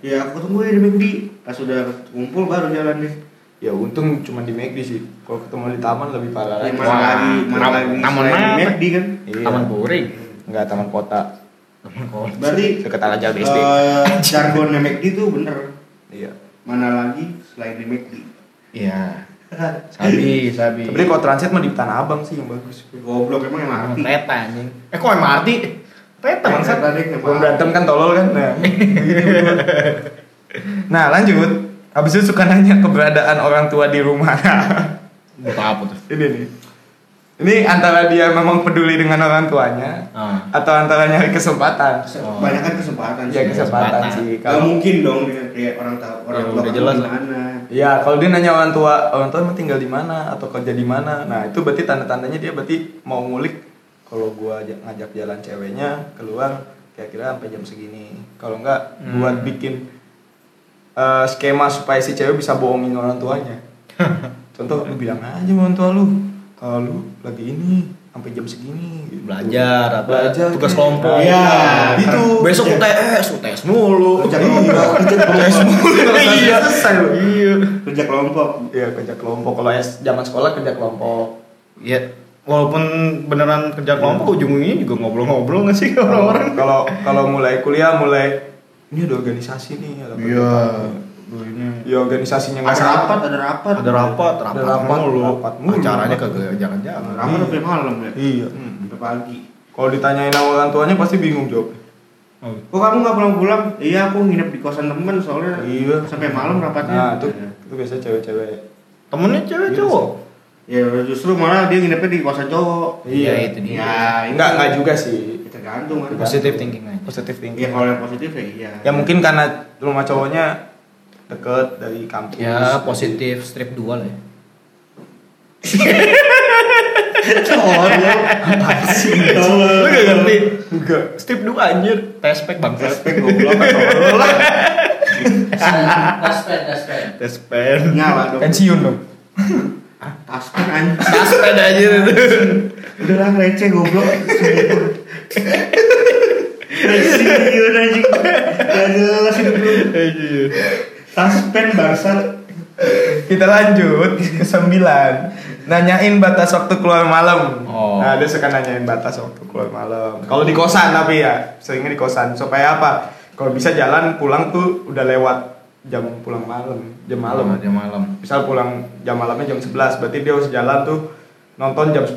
S1: Ya aku tunggu ya di McD. Pas udah kumpul baru jalan deh.
S3: ya untung cuma di McD sih kalau ketemu di taman lebih parah
S1: Di
S3: lagi
S1: mana
S5: Wah,
S1: lagi, mana
S5: nam-
S1: lagi
S5: namun
S1: selain di
S5: apa?
S1: McD kan.
S3: Iya.
S5: taman puring
S3: nggak taman kota
S5: taman kol
S1: Berarti
S3: Dekat Alam Jawa BSD.
S1: eh, jargonnya McD tuh bener.
S3: iya
S1: Mana lagi selain di McD.
S5: iya sabi sabi
S3: tapi kalau transit mah di Tanah Abang sih yang bagus
S1: Goblok emang yang mati.
S5: Kereta anjing. Eh kok MRT? Kereta bangsa.
S1: Kereta deh, yang
S3: Belum
S1: mati.
S3: berantem kan tolol kan. Nah. nah, lanjut. Habis itu suka nanya keberadaan orang tua di rumah.
S5: Buat apa tuh?
S3: Ini nih. Ini antara dia memang peduli dengan orang tuanya
S5: Ah.
S3: atau antara nyari kesempatan.
S5: Oh.
S1: Banyak kan kesempatan
S3: Ya kesempatan
S5: kesempatan.
S3: sih.
S1: Gak
S3: Kalau
S1: mungkin dong dengan kayak orang tahu orang
S5: Ya,
S1: tua
S5: udah
S1: kamu
S5: jelas lah.
S1: gimana.
S3: Ya, kalau dia nanya orang tua, orang tua emang tinggal di mana atau kerja di mana. Nah, itu berarti tanda-tandanya dia berarti mau ngulik kalau gua ajak- ngajak jalan ceweknya keluar kira-kira sampai jam segini. Kalau enggak
S5: Hmm.
S3: buat bikin eh, skema supaya si cewek bisa bohongin orang tuanya. Contoh lu bilang aja sama orang tua lu kalau lu lagi ini sampai jam segini gitu.
S5: Belajar apa?
S3: Belajar,
S5: tugas
S3: kan?
S5: kelompok. kan.
S1: Iya.
S3: Itu
S5: Besok UTS, UTS mulu.
S1: Kerja kelompok, kerja
S3: Tes
S1: kelompok.
S3: mulu,
S5: Iya.
S3: selesai lu.
S5: Iya.
S1: Kerja kelompok.
S3: Iya, kerja kelompok. Kalau es- zaman sekolah kerja kelompok.
S5: Ya, walaupun beneran kerja kelompok ujung-ujungnya juga ngobrol-ngobrol nggak sih orang-orang?
S3: kalau kalau mulai kuliah mulai ini ada organisasi nih ada
S1: Iya.
S5: Duh, ini
S3: ya organisasinya
S1: Ada rapat, ada rapat.
S5: ada rapat, rapat,
S3: rapat,
S5: mulu.
S3: rapat mulu.
S5: Acaranya kagak jalan-jalan.
S1: Rapat sampai malam ya.
S3: iya
S1: Sampai pagi.
S3: kalau ditanyain sama orang tuanya pasti bingung jawab
S5: Oh,
S1: Kok kamu nggak pulang-pulang? Iya, aku nginep di kosan temen soalnya
S3: Iya.
S1: sampai malam
S3: nah
S1: rapatnya.
S3: itu itu biasanya cewek-cewek
S5: Temennya cewek
S3: Iya
S5: cowok.
S1: Ya justru malah dia nginepnya di kosan cowok.
S5: Iya, itu dia.
S1: Ya,
S3: enggak enggak juga sih
S1: Kita gantung kan.
S5: Positive thinking aja.
S3: positif
S1: Ya
S3: thinking
S1: kalau yang positif ya iya.
S3: ya mungkin karena rumah cowoknya deket dari kampus
S5: Ya positif strip dua lah. ya. Lu gak ngerti? Enggak. Strip dua anjir. Tespek bangsa.
S1: Respect goblok atau lah.
S4: Daspen, daspen.
S5: Tespen.
S1: Nyala dong.
S3: pensiun dong
S1: Taspen anjing.
S5: Tespen anjir itu.
S1: Udah lah receh goblok. Pensiun anjing. Gak jelas hidup lu. Taspen bangsat.
S3: kita lanjut ke sembilan nanyain batas waktu keluar malam
S5: Oh.
S3: nah dia suka nanyain batas waktu keluar malam kalau di kosan tapi ya seringnya di kosan supaya apa kalau bisa jalan pulang tuh udah lewat jam pulang malam jam malam
S5: Malam aja malam.
S3: misal pulang jam malamnya jam 11 berarti dia harus jalan tuh nonton jam 10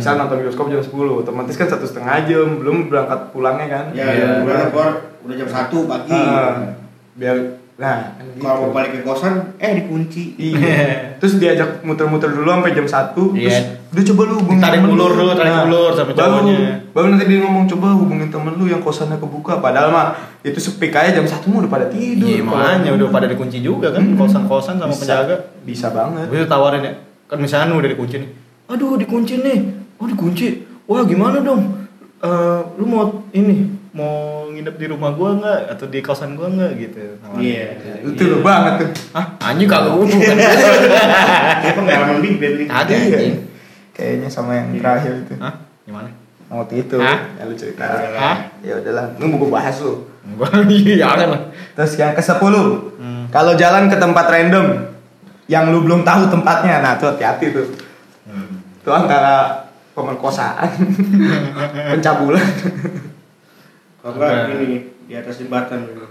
S3: misal nonton bioskop jam 10 otomatis kan satu setengah jam belum berangkat pulangnya kan
S1: Ya,
S5: Iya.
S1: udah keluar udah jam 1 pagi.
S3: Ah, biar nah kan gitu.
S1: Kalau mau balik ke kosan, eh dikunci.
S3: Iya. terus diajak muter-muter dulu sampai jam 1 Terus
S5: Iya.
S3: dia coba lu hubungin
S5: Tarik
S3: temen
S5: ulur dulu, tarik
S3: Nah,
S5: ulur sama
S3: baru-
S5: cowoknya.
S3: Baru nanti dia ngomong coba hubungin temen lu yang kosannya kebuka Padahal mah itu sepi kayak jam 1 mah udah pada tidur
S5: Iya makanya udah pada dikunci juga kan kosan-kosan sama
S3: Bisa-
S5: penjaga.
S3: Bisa banget
S5: Gue tawarin ya. Kan misalnya udah dikunci nih. Aduh dikunci nih. Oh dikunci. Wah gimana dong? Eh, lu mau ini mau nginep di rumah gua nggak atau di kosan gua nggak gitu?
S1: Iya.
S3: Itu lu banget tuh
S5: Hah? Anjing kagak hubungan.
S1: Ini pengalaman Big Bang nih.
S5: Ada
S3: Iya.
S5: anjing.
S3: Kayaknya sama yang terakhir itu
S5: Hah? Gimana?
S3: waktu itu
S5: Hah?
S3: yang lu cerita
S5: Hah?
S3: ya udahlah lu mau gue bahas lu
S5: Gua jangan lah.
S3: terus yang ke 10
S5: Hmm.
S3: kalau jalan ke tempat random yang lu belum tahu tempatnya nah tuh hati-hati tuh
S5: Hmm.
S3: itu antara pemerkosaan pencabulan
S1: Kalau nggak,
S5: Enggak.
S1: ini di atas jembatan gitu.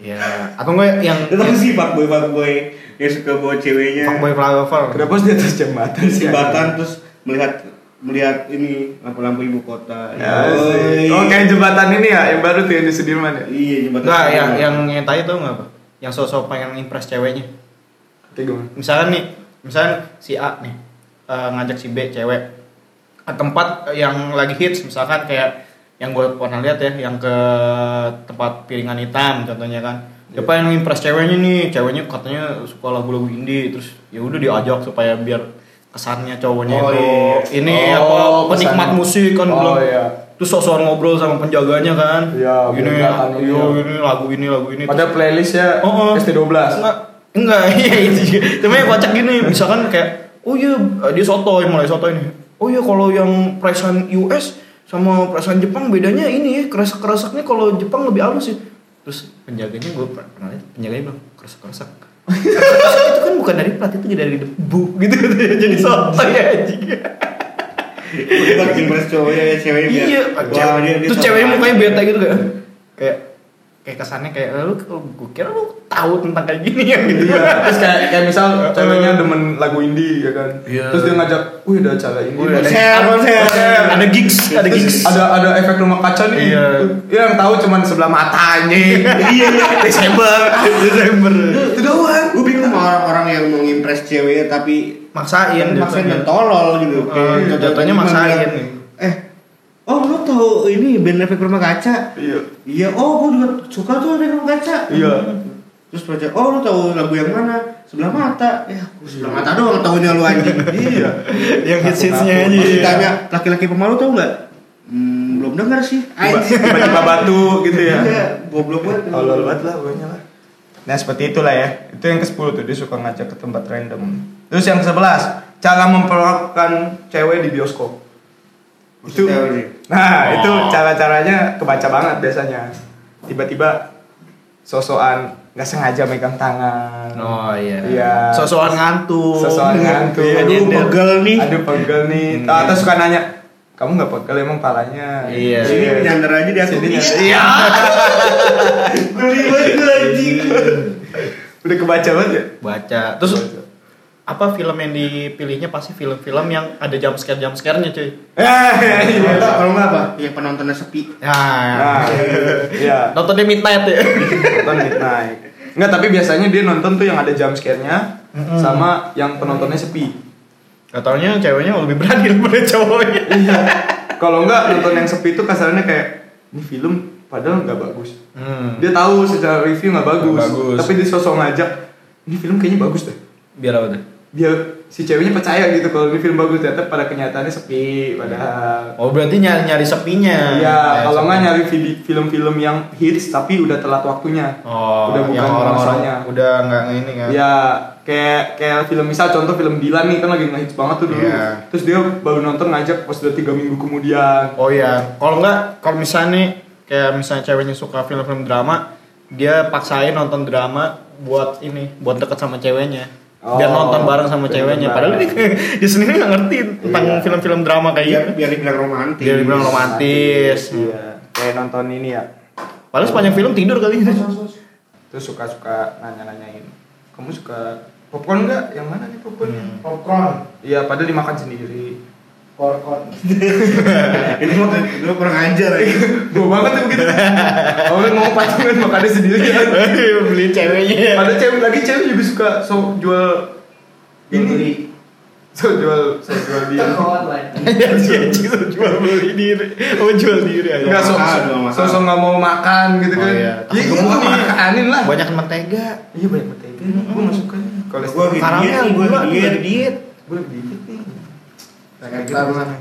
S5: Ya, atau gue yang
S1: Itu kan sih fuckboy fuckboy yang suka bawa ceweknya
S5: fuckboy flyover.
S3: kenapa sih di atas jembatan
S1: di
S3: sih
S1: jembatan terus melihat melihat ini lampu-lampu ibu kota.
S3: ya,
S1: Yoi.
S3: sih. oh kayak jembatan ini ya yang baru tuh yang di Sudirman ya
S1: Iya jembatan.
S5: Enggak, yang yang yang tadi tuh nggak apa? Yang sosok pengen impress ceweknya.
S3: kayak gimana
S5: Misalnya nih, misalnya si A nih eh, ngajak si B cewek ke tempat yang lagi hits misalkan kayak yang gue pernah lihat ya, yang ke tempat piringan hitam contohnya kan.
S3: Iya.
S5: Dia pengen impress ceweknya nih, ceweknya katanya suka lagu-lagu indie, terus ya udah diajak supaya biar kesannya cowoknya
S3: Oh,
S5: itu
S3: iya.
S5: ini
S3: Oh,
S5: apa penikmat
S3: kesannya.
S5: musik kan
S3: Oh,
S5: belum
S3: iya.
S5: terus sosokan ngobrol sama penjaganya kan
S3: Iya,
S5: gini
S3: penjagaan ini,
S5: yo,
S3: iya.
S5: ini lagu ini lagu ini
S3: ada ya, playlistnya
S5: Oh, oh.
S3: ST12
S5: Enggak, enggak, iya itu juga. Cuma yang kocak gini, misalkan kayak, oh iya eh, dia sotoy, mulai sotoy nih. Oh iya kalau yang perasaan US sama perasaan Jepang bedanya ini ya, keresek-kereseknya kalau Jepang lebih halus sih. Terus penjaganya gue pernah lihat, penjaganya bilang, keresek-keresek. Keresek-keresek itu kan bukan dari plat, itu dari debu gitu. Jadi ya, sotoy aja.
S1: Buat impress cowoknya ya ceweknya. biar-
S5: Iya,
S1: Wah, dia, dia
S5: terus
S1: sama
S5: ceweknya mukanya
S1: aja.
S5: bete gitu kayak kayak kayak kesannya kayak "Eh, lu gue kira lu tahu tentang kayak gini ya gitu.
S3: Iya, terus kayak, kayak misal ceweknya demen lagu indie ya kan.
S5: Eh, Iya.
S3: Terus dia ngajak, "Wih, ada acara ini."
S5: Wih, ada-
S1: Konser, konser.
S5: iya. Ada gigs, ada
S3: Terus
S5: gigs.
S3: Ada ada efek rumah kaca nih.
S5: Iya.
S3: Iya, yang tahu cuman sebelah matanya.
S1: Iya, iya.
S5: Desember, Desember.
S3: Itu doang.
S1: Gue bingung sama orang-orang yang mau impress ceweknya tapi
S5: Maksain
S1: maksain
S5: jatuhnya.
S1: dan tolol gitu.
S5: Eh,
S1: Kayak
S5: jatuhnya
S1: contohnya
S5: maksain.
S1: bilang, Eh, oh lu tahu ini band efek rumah kaca?
S3: Iya.
S1: Iya, oh gue juga suka tuh efek rumah kaca.
S3: Iya.
S1: Terus baca, oh lu tahu lagu yang mana? Sebelah mata. Ya, aku sebelah mata doang tahunya lu anjing.
S3: Iya.
S5: Yang hits-hitsnya aja.
S1: Terus ditanya, laki-laki pemalu tahu nggak? Hmm, belum dengar sih. Anjing.
S3: Tiba-tiba batu gitu ya.
S1: Iya, goblok banget.
S3: Tolol banget lah pokoknya lah. Nah, seperti itulah ya. Itu yang ke-10 tuh dia suka ngajak ke tempat random. Terus yang ke-11, cara memperlakukan cewek di bioskop. Itu.
S1: Maksudnya apa sih?
S5: Oh.
S3: Nah, itu cara-caranya kebaca banget biasanya. Tiba-tiba sosokan nggak sengaja megang tangan.
S5: Oh iya.
S3: Iya.
S5: Sosokan ngantuk.
S3: Sosokan ngantuk.
S5: Iya,
S1: Aduh,
S5: nyender.
S1: pegel nih.
S3: Aduh pegel nih. Ah, Atau suka nanya, "Kamu nggak pegel emang palanya?"
S5: Iya.
S1: Sini nyandar aja dia aku.
S3: Sini
S1: Iya,
S3: nyandar.
S5: Iya.
S1: geli banget gue, anjing.
S3: Udah kebaca banget ya?
S5: Baca. Terus apa film yang dipilihnya pasti film-film yang ada jump scare jump scare-nya cuy.
S3: Eh, iya.
S1: Kalau nggak apa? Yang penontonnya sepi.
S5: Nah,
S3: Nah, iya.
S5: nontonnya midnight ya.
S3: nonton midnight Enggak, tapi biasanya dia nonton tuh yang ada jump scare-nya sama yang penontonnya sepi.
S5: Gak taunya ceweknya lebih berani daripada cowoknya.
S3: Iya. Kalau enggak nonton yang sepi tuh kasarnya kayak ini film padahal nggak bagus
S5: Hmm.
S3: dia tahu secara review nggak bagus,
S5: Nggak bagus.
S3: tapi dia sosok ngajak ini film kayaknya bagus deh
S5: Biar apa tuh?
S3: dia si ceweknya percaya gitu kalau ini film bagus ternyata pada kenyataannya sepi padahal
S5: Oh berarti nyari nyari sepinya.
S3: Iya, kalau nggak
S5: sepinya.
S3: nyari vid- film-film yang hits tapi udah telat waktunya.
S5: Oh,
S3: udah bukan
S5: yang orang-orang
S3: masanya.
S5: udah nggak ini kan.
S3: Ya, kayak kayak film misal contoh film Dilan nih kan lagi ngehits banget tuh dulu.
S5: Iya.
S3: Terus dia baru nonton ngajak pas udah tiga minggu kemudian.
S5: Oh iya, kalau nggak kalau misalnya nih kayak misalnya ceweknya suka film-film drama, dia paksain nonton drama buat ini, buat deket sama ceweknya. biar
S3: Oh,
S5: nonton bareng sama
S3: biar
S5: ceweknya.
S3: bareng.
S5: Padahal dia, dia sendiri nggak ngerti tentang
S3: Iya.
S5: film-film drama kayak
S1: biar
S5: gitu.
S1: biar dibilang romantis
S5: Biar dibilang romantis.
S3: Iya, kayak nonton ini ya.
S5: Padahal sepanjang film tidur kali.
S3: Terus suka-suka nanya-nanyain. Kamu suka popcorn nggak? Yang mana nih popcornnya?
S5: Hmm.
S1: popcorn
S3: Iya, padahal dimakan sendiri.
S1: popcorn itu mah itu mah kurang ajar ya
S3: Gue banget tuh begitu. Orang ngomong patungan makannya sendiri.
S5: Iya, Beli ceweknya. ya.
S3: Padahal cewek lagi cewek juga suka so jual ini
S1: ini
S3: so jual so jual
S4: kan
S3: dia.
S5: Iya, iya, iya, jual beli diri. Oh, jual diri aja.
S3: Enggak so
S1: Masalah, dua
S3: so
S1: masalah.
S3: so nggak mau makan gitu
S5: Oh,
S3: kan.
S5: iya.
S3: Ya
S5: Takut
S3: ini
S5: gemuk nih.
S3: makanin lah.
S5: Banyak mentega.
S3: Iya banyak mentega. Gue masuk ke
S1: Gua
S3: kolesterol.
S1: gitu.
S5: Karamel
S1: diet,
S5: gua gitu.
S1: gua
S5: lagi
S1: diet.
S5: lagi diet.
S3: Gue dikit nih.
S5: gitu.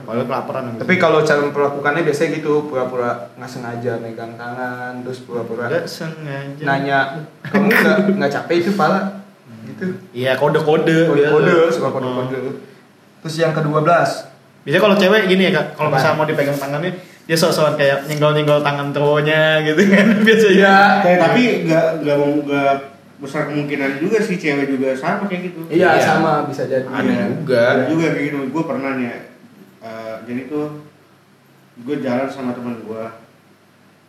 S5: Kalau kelaparan.
S3: Tapi kalau cara memperlakukannya biasanya gitu pura-pura nggak sengaja megang tangan terus pura-pura
S5: Nggak sengaja.
S3: nanya kamu nggak nggak capek itu pala gitu
S5: Iya Hmm. kode-kode.
S3: kode kode
S5: biasa.
S3: suka kode kode terus yang ke 12
S5: Biasanya kalau cewek gini ya kak, kalau
S3: Apa?
S5: misalnya mau dipegang tangannya, dia sok-sokan kayak nyenggol-nyenggol tangan cowoknya gitu kan biasanya.
S3: iya
S1: kayak tapi nggak nggak mau nggak besar kemungkinan juga sih cewek juga sama kayak gitu
S3: iya
S5: Iya.
S3: sama bisa jadi
S5: Ada
S1: Iya.
S5: juga.
S1: Ada juga kayak gitu gue pernah nih eh, jadi tuh gue jalan sama teman gue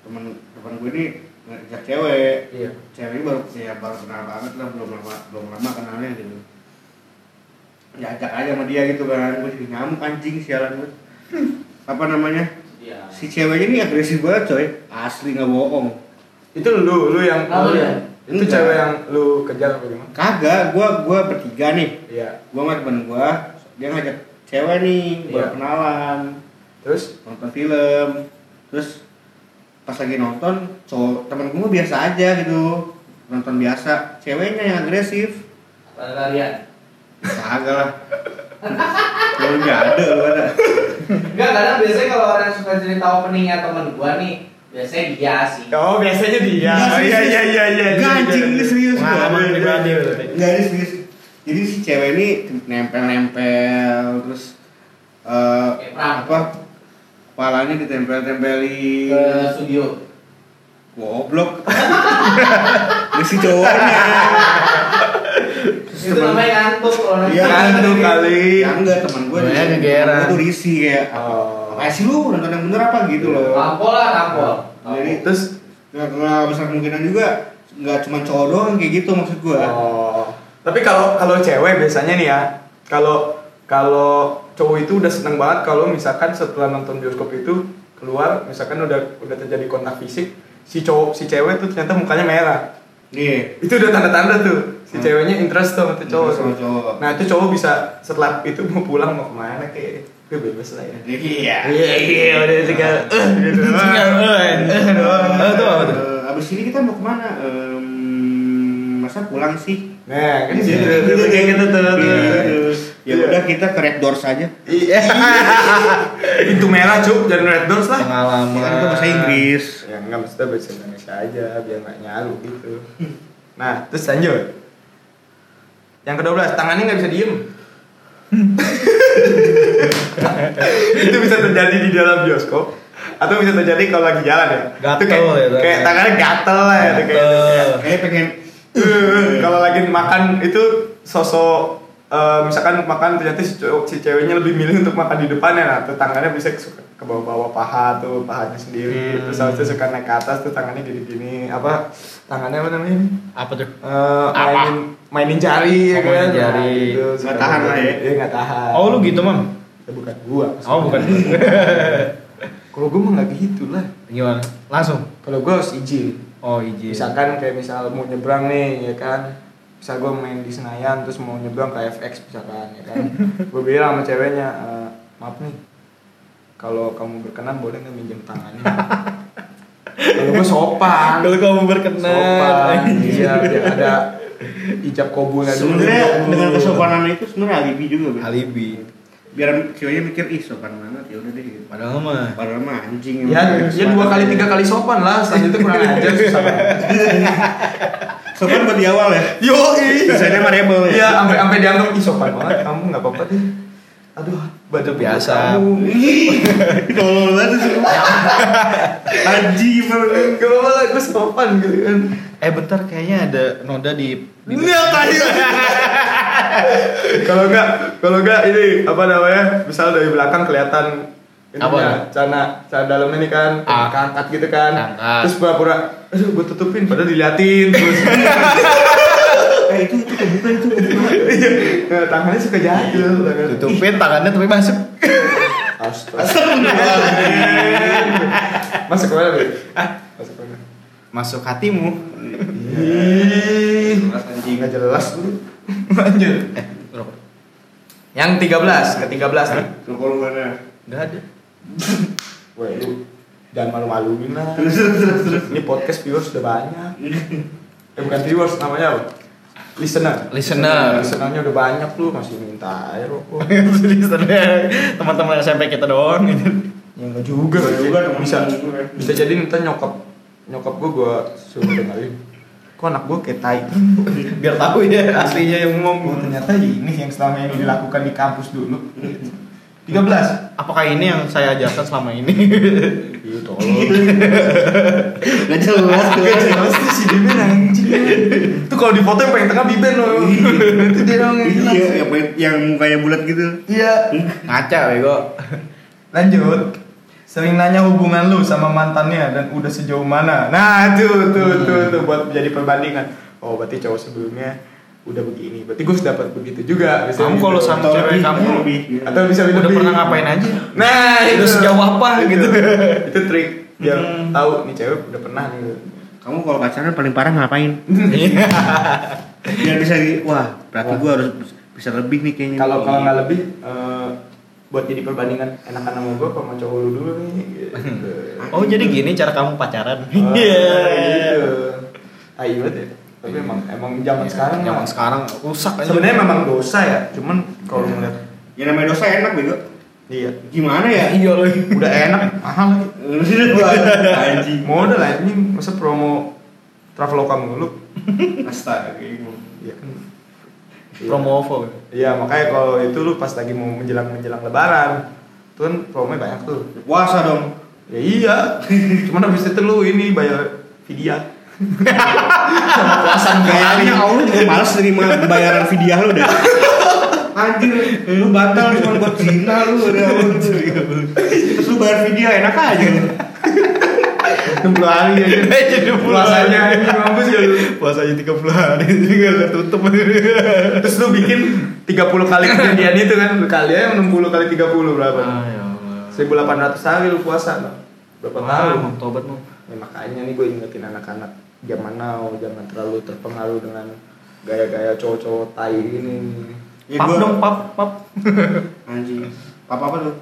S1: teman teman gue ini ngajak cewek
S3: iya
S1: cewek baru ya baru kenal banget lah belum lama belum lama kenalnya gitu ya ajak aja sama dia gitu kan gue jadi nyamuk anjing sialan gue apa namanya si cewek ini agresif banget coy asli nggak bohong
S3: itu lu lu yang lu
S4: Oh, iya.
S3: yang- itu
S1: Enggak.
S3: cewek yang lu kejar apa gimana
S1: kagak gue gue bertiga nih
S3: iya
S1: gue sama temen gue dia ngajak cewek nih baru
S3: Iya.
S1: kenalan
S3: terus
S1: nonton film terus pas lagi nonton cowok temen gue biasa aja gitu nonton biasa ceweknya yang agresif
S4: kalian
S1: Kagak lah. Lu enggak ada lu ada.
S4: Enggak, kadang biasanya kalau orang suka cerita openingnya temen gua nih Biasanya dia sih
S3: oh biasanya dia
S1: Oh, iya, iya,
S3: iya
S1: Enggak anjing ini serius gua.
S5: Pengalaman pribadi berarti.
S1: Enggak ini serius. Jadi si cewek ini nempel-nempel terus eh
S4: Kayak perang.
S1: apa? Kepalanya ditempel-tempelin.
S4: Ke studio
S1: Goblok. Ini si cowoknya.
S4: Itu
S7: Iya.
S4: namanya ngantuk kalau orang
S1: Iya,
S3: Ngantuk Kan, kali.
S1: Ya enggak teman gue.
S5: Gua kegeran.
S1: Gue tuh risih kayak.
S3: oh
S1: Apa sih lu nonton yang bener apa gitu loh.
S3: Iya.
S4: Rampol lah, rampol
S1: Jadi
S3: terus
S1: nggak nggak besar kemungkinan juga nggak cuma cowok doang kayak gitu maksud gua
S3: oh tapi kalau kalau cewek biasanya nih ya kalau kalau cowok itu udah seneng banget kalau misalkan setelah nonton bioskop itu keluar misalkan udah udah terjadi kontak fisik si cowok si cewek tuh ternyata mukanya merah
S1: nih
S3: itu udah tanda-tanda tuh si
S1: Hmm.
S3: ceweknya interest tuh sama tuh cowok
S1: Interest sama cowok.
S3: nah itu cowok bisa setelah itu mau pulang mau kemana kayak gue bebas lah ya
S1: iya Nah,
S3: iya iya udah tinggal eh gitu
S5: Tinggal, eh, eh, doang. Eh, itu apa tuh?
S1: gitu Eh, abis ini kita mau kemana Ehm, masa pulang sih
S3: nah kan
S1: Iya.
S3: gitu tuh kayak gitu tuh
S1: Iya,
S3: tuh.
S1: terus. ya
S3: Iya.
S1: udah kita ke red doors aja
S3: iya pintu merah cuk jangan red doors lah
S1: Ya kan itu bahasa Inggris
S3: ya enggak maksudnya bahasa Indonesia aja biar nggak nyaru gitu nah terus lanjut yang ke-12 tangannya nggak bisa diem itu bisa terjadi di dalam bioskop atau bisa terjadi kalau lagi jalan ya
S5: Gatel
S3: Itu kayak,
S5: ya, tangannya.
S3: kayak tangannya gatel lah ya itu kayak,
S5: Gatel.
S1: kayaknya pengen
S3: Eh, kalau lagi makan itu sosok eh, misalkan makan ternyata si, cowok- si ceweknya lebih milih untuk makan di depannya nah tuh tangannya bisa ke, ke bawah-bawah paha tuh pahanya sendiri
S5: Hmm.
S3: terus habis itu suka naik ke atas tuh tangannya gini-gini apa tangannya apa namanya ini?
S5: Apa tuh?
S3: Eh,
S5: Apa?
S3: mainin mainin jari ya
S5: Oh, mainin
S3: kan
S5: jari.
S1: Nggak tahan lah ya.
S3: iya nggak tahan
S5: Oh lu gitu mam?
S3: Ya, bukan gua
S5: Oh bukan.
S3: kalau gua mah nggak gitu lah
S5: Gimana? Langsung.
S3: kalau gua harus izin
S5: Oh izin.
S3: misalkan kayak misal mau nyebrang nih ya kan misal gue main di Senayan terus mau nyebrang ke FX misalkan ya kan gue bilang sama ceweknya "Eh, maaf nih kalau kamu berkenan boleh nggak minjem tangannya Kalau gue sopan.
S5: Kalau kamu berkenan.
S3: Sopan. Iya, biar ada ijab kabulnya dulu.
S1: Sebenarnya dengan kesopanan itu sebenarnya alibi juga, Bro.
S5: Alibi.
S1: Biar ceweknya mikir ih sopan banget ya udah deh. gitu.
S5: Padahal mah.
S1: Padahal mah anjing.
S3: Ya,
S1: emang.
S3: ya dua kali tiga kali sopan lah, selanjutnya kurang ajar susah.
S1: Sopan buat di awal ya.
S3: Yo,
S1: Biasanya mah rebel
S3: Iya,
S1: ya.
S3: sampai sampai dianggap ih sopan banget, kamu nggak apa-apa deh. Aduh, badan
S5: Biasa.
S3: kamu.
S1: Tolol banget sih. Anjing banget.
S3: Gak apa-apa lah, gue sopan gitu kan.
S5: Eh bentar kayaknya ada noda di. di
S3: Kalau enggak, kalau enggak ini apa namanya? Misal dari belakang kelihatan ini
S5: Apa?
S3: ya, cana, cana dalamnya nih kan,
S5: Ah.
S3: angkat gitu kan.
S5: Angkat.
S3: Terus pura-pura, aduh gue tutupin, padahal diliatin terus.
S1: Eh itu itu kebuka itu.
S3: Iya, nah, tangannya suka
S5: Iya.
S3: jahil. tangan.
S5: Tutupin tangannya tapi masuk.
S3: Astaga. Masuk kemana, Bro? Masuk kemana?
S5: Masuk hatimu.
S3: Ih, nggak jelas lu. Lanjut.
S5: Eh rokok.
S3: Yang 13, ke 13 nih.
S1: Kalau mana?
S5: Gak ada.
S3: Weh, lu jangan malu-maluin lah.
S1: Terus terus terus terus.
S3: Ini podcast viewers udah banyak. Eh bukan viewers namanya apa? Listener.
S5: Listener.
S3: Listenernya udah banyak lu masih minta air rokok.
S5: Teman-teman SMP kita doang gitu.
S3: Ya enggak juga.
S1: Nggak juga, temen
S3: bisa.
S1: temen gue.
S3: Bisa jadi minta nyokap nyokap gua gua suruh dengerin. Kok anak gua kayak tai.
S5: Biar tahu ya aslinya yang
S3: Oh,
S5: ngomong.
S3: ternyata ini yang selama ini dilakukan di kampus dulu. 13.
S5: Apakah ini yang saya ajarkan selama ini?
S3: Iya, tolong.
S1: Gak jelas.
S3: Jelas tuh si Biben anjing. Iya. Iya. Itu kalau di foto yang paling tengah Biben loh. Itu dia dong yang jelas.
S1: Iya, yang yang mukanya bulat gitu.
S3: Iya.
S5: Ngaca bego.
S3: Lanjut. Sering nanya hubungan lu sama mantannya dan udah sejauh mana. Nah, tuh tuh tuh tuh buat jadi perbandingan. Oh, berarti cowok sebelumnya udah begini. Berarti gue dapat begitu juga. Bisa
S5: Kamu kalau
S3: gitu.
S5: sama
S1: Atau
S5: cewek
S1: lebih,
S5: kamu
S1: atau lebih.
S3: atau bisa
S5: udah
S3: lebih.
S5: pernah ngapain aja?
S3: Nah,
S5: Udah sejauh apa, gitu.
S3: itu trik biar
S5: Hmm.
S3: tahu nih cewek udah pernah nih.
S1: Kamu kalau pacaran paling parah ngapain?
S5: Iya.
S1: Biar bisa di wah, berarti
S3: Wah.
S1: gua harus bisa lebih nih kayaknya.
S3: Kalau kalau nggak lebih eh, buat jadi perbandingan enakan sama gue sama cowok lu dulu nih. gitu.
S5: Oh jadi gini cara kamu pacaran?
S3: Oh,
S5: Iya.
S3: gitu. Tai banget ya. Tapi emang emang zaman sekarang
S5: Zaman
S3: mah-
S5: sekarang Iya. rusak aja.
S3: sebenarnya memang dosa ya. Cuman kalau ngeliat
S1: Ya namanya dosa enak bego.
S3: iya
S1: Gimana ya?
S5: iya loh.
S3: udah enak mahal lagi.
S1: Anjing.
S3: Modal anjing masa promo traveloka mulu.
S1: Astaga.
S3: Iya kan. Iya.
S5: Promo OVO.
S3: Iya makanya kalau itu lu pas lagi mau menjelang menjelang lebaran tuh kan promonya banyak tuh.
S1: Puasa dong.
S3: Ya iya. Cuman habis itu lu ini bayar vidya.
S5: Alasan
S1: Kayaknya Allah juga males nerima bayaran fidyah lu deh. Anjir, lu batal cuma buat zina lu udah Allah gitu. Terus lu bayar fidyah enak aja.
S3: 60 hari ya.
S5: Eh, jadi
S3: Puasanya ini mampus ya lu.
S5: puasanya 30 hari juga ketutup.
S3: Terus lu bikin 30 kali kejadian itu kan lu kali aja 60 kali 30 berapa?
S5: ya
S3: 1800 hari lu puasa no? Berapa tahun?
S5: mau tobat mau.
S3: Ya, makanya nih gue ingetin anak-anak zaman now jangan terlalu terpengaruh dengan gaya-gaya cowok-cowok tai ini.
S1: Ya,
S5: Pap
S1: gua-
S5: dong, pap, pap.
S1: Anjing. Apa apa tuh?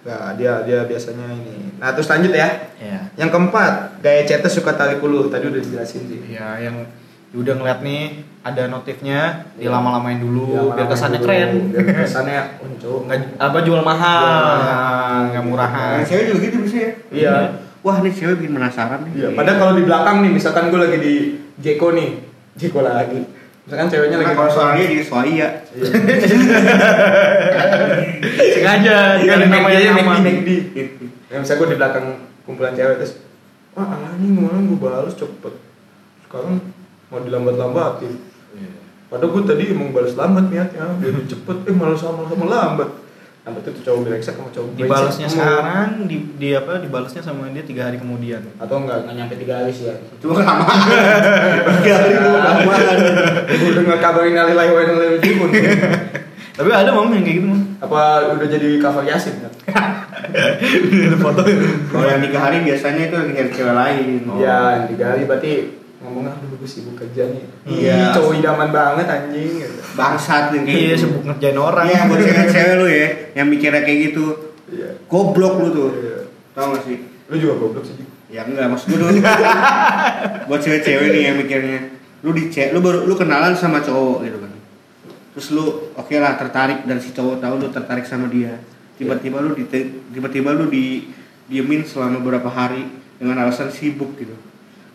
S3: Nah, dia dia biasanya ini. Nah, terus lanjut ya.
S5: Ya.
S3: Yang keempat, gaya chatnya suka tarik ulu. Tadi udah dijelasin sih.
S5: Ya yang udah ngeliat nih ada notifnya dilama-lamain dulu
S3: Jangan
S5: biar kesannya
S3: lama-lama
S5: keren.
S3: Iya, dulu, Biar kesannya oh ini cowok
S5: Nggak apa jual mahal, nggak murahan.
S1: Nah, cewek juga gitu bisa ya.
S3: Iya.
S1: Wah, nih cewek bikin penasaran nih.
S3: Iya, padahal kalau di belakang nih misalkan gue lagi di Jeko nih. Jeko lagi. Misalkan ceweknya
S1: Karena
S3: lagi
S1: kalau suara dia jadi suai
S3: iya.
S1: ya.
S5: Sengaja
S3: Iya,
S5: dengan nama yang
S3: McD,
S5: aman.
S3: McD. Ya, misalnya gue di belakang kumpulan cewek terus wah alah nih malam gue balas cepet. Sekarang mau dilambat-lambatin.
S5: Iya.
S3: Padahal gue tadi emang balas lambat niatnya, biar dia cepet, eh malah sama sama lambat. Lambat itu cowok brengsek sama cowok brengsek.
S5: dibalasnya
S3: Sama-
S5: sekarang di, di apa dibalasnya sama dia tiga hari kemudian
S3: atau enggak enggak nyampe tiga hari sih ya.
S1: Cuma kelamaan. Tiga hari itu
S3: kan,
S1: kelamaan.
S3: Gue udah nggak kabarin alih lain lain lain pun.
S5: tapi ada mom yang kayak gitu mom
S3: Apa udah jadi cover Yasin kan?
S5: ada foto
S1: Kalau yang tiga hari biasanya itu lagi nyari cewek lain. Oh.
S3: Iya, yang tiga hari berarti ngomong ah dulu gue sibuk kerja nih.
S1: Iya.
S3: Ih, Cowok idaman banget anjing. gitu.
S1: Bangsat nih.
S5: iya sibuk ngerjain orang
S1: Iya, buat cewek-cewek lu ya yang mikirnya kayak gitu.
S3: Iya.
S1: Goblok lu tuh.
S3: Iya.
S1: Tau gak sih?
S3: Lu juga goblok sih. Dik.
S1: ya enggak maksud gue dulu buat cewek-cewek nih yang mikirnya lu di chat lu baru lu kenalan sama cowok gitu kan terus lu oke lah tertarik dan si cowok tahu lu tertarik sama dia tiba-tiba lu di tiba-tiba lu di diemin selama beberapa hari dengan alasan sibuk gitu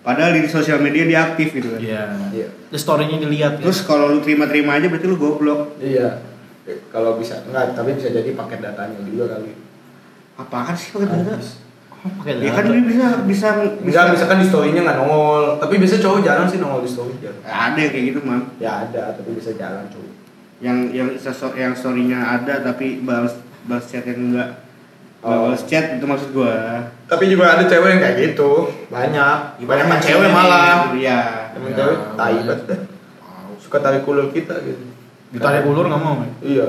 S1: padahal di sosial media dia aktif gitu kan
S8: Iya.
S5: Terus story-nya dilihat ya.
S1: terus kalau lu terima-terima aja berarti lu goblok
S3: Iya. Eh, Kalau bisa enggak, tapi bisa jadi paket datanya juga kali.
S1: apaan sih pakai data
S5: Oh, pakai
S1: ya kan
S5: data.
S1: dia bisa bisa bisa
S3: Enggak, misalkan di story-nya enggak nongol. Tapi biasanya cowok jarang sih nongol di story jarang.
S1: ada yang kayak gitu mam
S3: Ya ada, tapi bisa jalan cowok.
S1: yang yang sosok yang storynya ada tapi balas balas chat yang enggak enggak
S3: Oh.
S1: balas chat itu maksud gua
S3: Tapi juga ada cewek yang kayak gitu. Banyak. Banyak
S1: Gimana
S3: yang cewek
S1: ini?
S3: malah.
S1: iya
S3: Emang
S5: Ya,
S3: cewek tai
S5: banyak.
S3: banget dah. Suka tarik ulur kita gitu.
S5: Ditarik ulur nggak mau. men.
S3: Iya.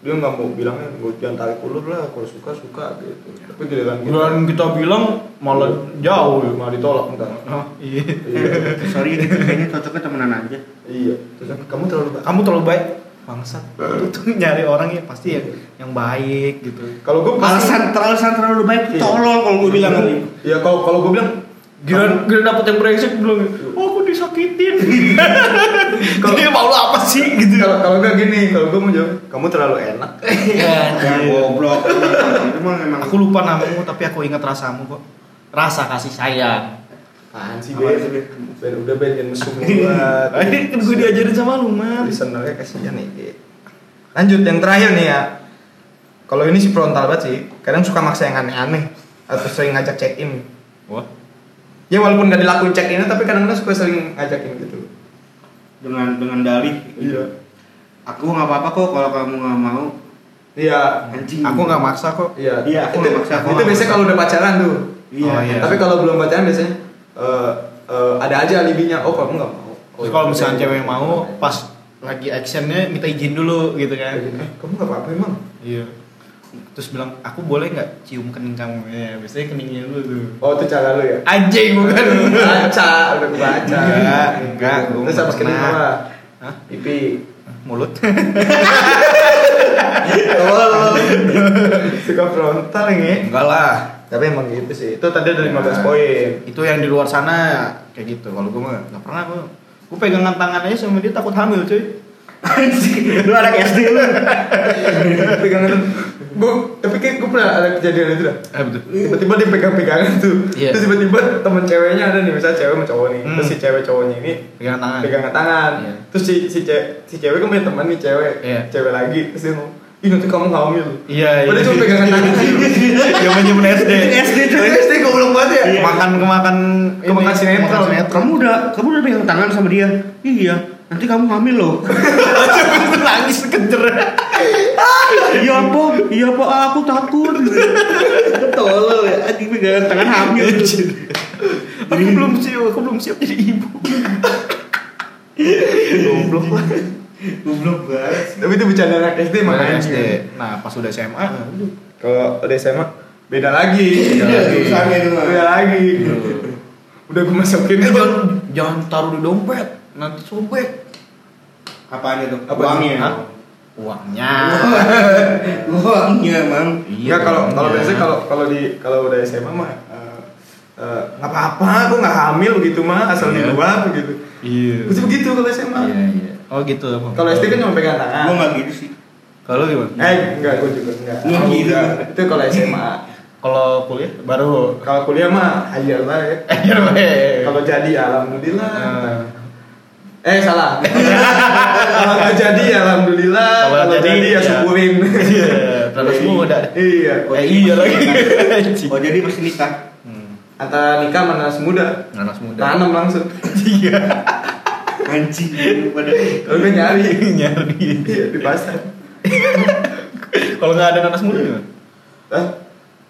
S3: Dia nggak mau bilangnya gue jangan tarik ulur lah kalau suka suka gitu. Tapi giliran kita
S5: Dan kita bilang malah
S3: jauh
S5: jauh.
S3: malah ditolak entar.
S5: Oh, iya.
S3: Iya.
S1: sorry gitu kayaknya cocoknya temenan aja
S3: Iya. Terus kamu terlalu baik.
S5: Kamu terlalu baik. Bangsat. Lu tuh nyari orang ya pasti ya yang baik gitu.
S3: Kalau gue
S1: alasan alasan terlalu baik
S3: Iya.
S1: tolol kalau gua bilang kali
S3: Iya kalau kalau gue bilang
S5: Gila, gila dapet yang brengsek belum? Oh, aku disakitin. Jadi mau lu apa sih gitu?
S3: kalau kalau gak gini kalau gue mau jawab kamu terlalu enak. Iya.
S1: ya goblok itu mah memang
S5: Iya. Aku lupa namamu tapi aku ingat rasamu kok. Rasa kasih sayang.
S3: Apaan sih
S1: Apaan
S3: Ben?
S1: sih, Ben?
S3: Ben udah Ben jangan mesum banget.
S5: Ini kan gue diajarin sama lu, Man.
S3: Listenernya kasihan nih. Lanjut yang terakhir nih ya. Kalau ini sih frontal banget sih. Kadang suka maksa yang aneh-aneh atau sering ngajak check in.
S5: Wah.
S3: Ya walaupun gak dilakuin check in tapi kadang-kadang suka sering ngajakin gitu.
S1: dengan dengan dalih gitu.
S3: Iya.
S1: aku nggak apa-apa kok kalau kamu nggak mau
S3: Iya.
S1: anjing
S5: Aku nggak maksa kok.
S3: Iya.
S1: Iya, aku nggak
S3: Itu-
S1: maksa, aku
S3: Itu
S1: nggak
S3: biasanya
S1: maksa.
S3: kalau udah pacaran tuh.
S1: iya
S5: Oh, iya.
S3: Tapi kalau belum pacaran biasanya eh, eh, ada aja alibinya. Oh kamu nggak mau. Oh,
S5: Terus kalau
S3: iya.
S5: misalnya cewek yang mau, pas lagi actionnya minta izin dulu gitu
S3: Eh,
S5: kan.
S3: kamu nggak apa-apa emang.
S5: Iya. Terus bilang, aku boleh nggak cium kening kamu? Ya, biasanya keningnya dulu tuh.
S3: Oh itu cara lu ya.
S5: Anjing bukan.
S3: baca udah baca
S5: Enggak, enggak, gua
S3: terus
S5: nggak
S3: habis kena
S5: pernah.
S3: apa
S5: Hah?
S3: pipi
S5: Mulut.
S3: oh suka frontal nih
S5: Enggak lah.
S3: tapi emang gitu sih itu Nah. tadi ada 15 poin
S5: Itu yang di luar sana kayak gitu. Kalau gue mah nggak pernah gue. Gue pegangan tangan aja sama dia takut hamil cuy. Eh,
S1: anjing lu anak SD lu
S3: pegangan tuh gua tapi kayak gua pernah ada kejadian itu dah
S5: Eh betul.
S3: tiba-tiba dia pegang-pegangan tuh
S5: Iya.
S3: terus tiba-tiba temen ceweknya ada nih misalnya cewek sama cowok nih terus
S5: Hmm.
S3: si cewek cowoknya ini
S5: Pegangan tangan.
S3: pegangan tangan
S5: Iya.
S3: terus si si cewek si cewek kan punya teman nih cewek
S5: Iya.
S3: cewek lagi terus dia ngomong ih nanti kamu hamil
S5: Iya, iya.
S3: padahal cuma pegangan tangan
S5: Zaman zaman SD.
S1: SD
S3: Itu SD goblok banget ya
S5: Kemakan kemakan
S3: Kemakan sinetron.
S1: kamu udah kamu udah pegang tangan sama dia iya nanti kamu hamil loh
S5: Gue nangis kejer.
S1: iya apa iya apa Ah, aku takut tolol ya anjing pegangan tangan hamil
S5: Aku belum siap, aku belum siap jadi ibu. Goblok lah.
S1: goblok banget
S3: tapi itu bercanda anak SD makanya
S5: SD. Nah, pas udah SMA,
S3: kalau udah SMA beda lagi beda
S1: Iya,
S3: lagi
S1: susahnya itu mah.
S3: beda lagi udah gue masukin
S5: eh, jangan jangan taruh di dompet, nanti sobek
S1: apaan itu
S3: Apa?
S1: uangnya
S5: Hah? uangnya.
S1: uangnya mang
S5: Iya.
S3: Enggak Iya. kalau kalau biasanya kalau kalau di kalau udah SMA mah eh, eh, nggak apa-apa aku nggak hamil gitu mah asal di
S5: Iya.
S3: luar gitu
S5: Iya.
S3: Terus begitu kalau SMA
S5: Iya, iya. Oh gitu. Bang.
S3: kalau SD kan cuma pegang tangan
S1: gua nggak gitu sih
S5: Kalau gimana?
S3: eh enggak gue juga enggak
S1: Iya,
S3: Aku
S1: gitu.
S3: enggak. itu kalau SMA
S5: Kalau kuliah baru
S3: kalau kuliah mah hajar lah ya
S5: akhir weh.
S3: kalau jadi alhamdulillah
S5: Eh,
S3: Eh salah. kalau nggak jadi ya alhamdulillah.
S5: Kalau
S3: Kalau
S5: jadi,
S3: jadi, ya
S5: iya.
S3: syukurin.
S5: Iya, terus muda.
S3: Iya.
S5: Eh, iya lagi.
S1: oh jadi pasti nikah
S5: Hmm,
S3: Antara nikah sama nanas muda.
S5: Nanas muda. Iya,
S3: Tanam langsung.
S1: anjing lu pada
S3: Kalau gue nyari
S5: nyari.
S3: Iya, di pasar.
S5: Kalau nggak ada nanas muda gimana?
S3: Hah?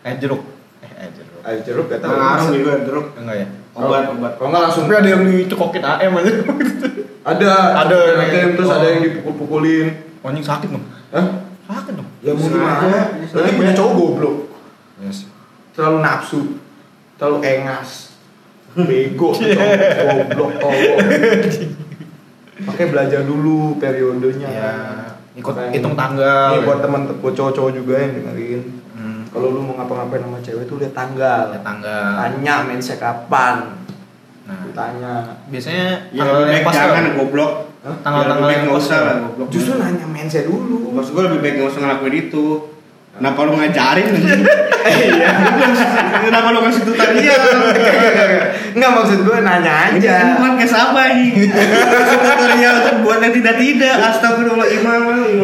S5: Eh jeruk. Eh, eh jeruk.
S3: Ayo jeruk gak tahu.
S1: pengaruh juga jeruk
S5: Enggak ya?
S1: obat Oh, obat
S3: Kalau nggak langsung
S5: Tapi ada yang dicekokin AM aja.
S3: ada
S5: Ada.
S3: ATM terus
S5: Oh.
S3: ada yang dipukul-pukulin.
S5: Anjing sakit dong.
S3: Hah?
S5: Sakit dong.
S3: Ya mau
S1: Sengaja,
S3: gimana? Berarti
S1: sengaja.
S3: punya cowok goblok.
S5: Yes.
S3: Terlalu nafsu. Terlalu engas. Bego tuh cowok. goblok cowok. Makanya belajar dulu periodenya.
S5: Ya, ikut
S3: Makanya.
S5: hitung tanggal.
S3: Ini buat teman buat cowok-cowok juga yang dengerin.
S5: Hmm.
S3: kalau lu mau ngapa-ngapain sama cewek tuh lihat tanggal
S5: Ada tanggal.
S3: tanya mindset kapan
S5: Nah,
S3: tanya
S5: biasanya
S1: Ya
S5: tanggal
S1: lebih
S5: yang
S1: baik
S5: pas lah.
S1: jangan goblok.
S3: Hah?
S5: Tanggal-tanggal
S1: Ya, lebih baik
S5: yang
S1: nggak
S5: pas
S1: usah
S5: lah.
S1: lah goblok.
S3: justru nanya mindset dulu
S1: maksud gue lebih baik nggak usah ngelakuin itu. Kenapa lu ngajarin anjing? Kenapa lu kasih tuh tadi?
S3: iya nggak maksud gue nanya
S1: Ini kan
S3: aja
S5: Iya.
S1: bukan kayak sama nih. Tutorial untuk buat yang tidak-tidak. Astagfirullah imam.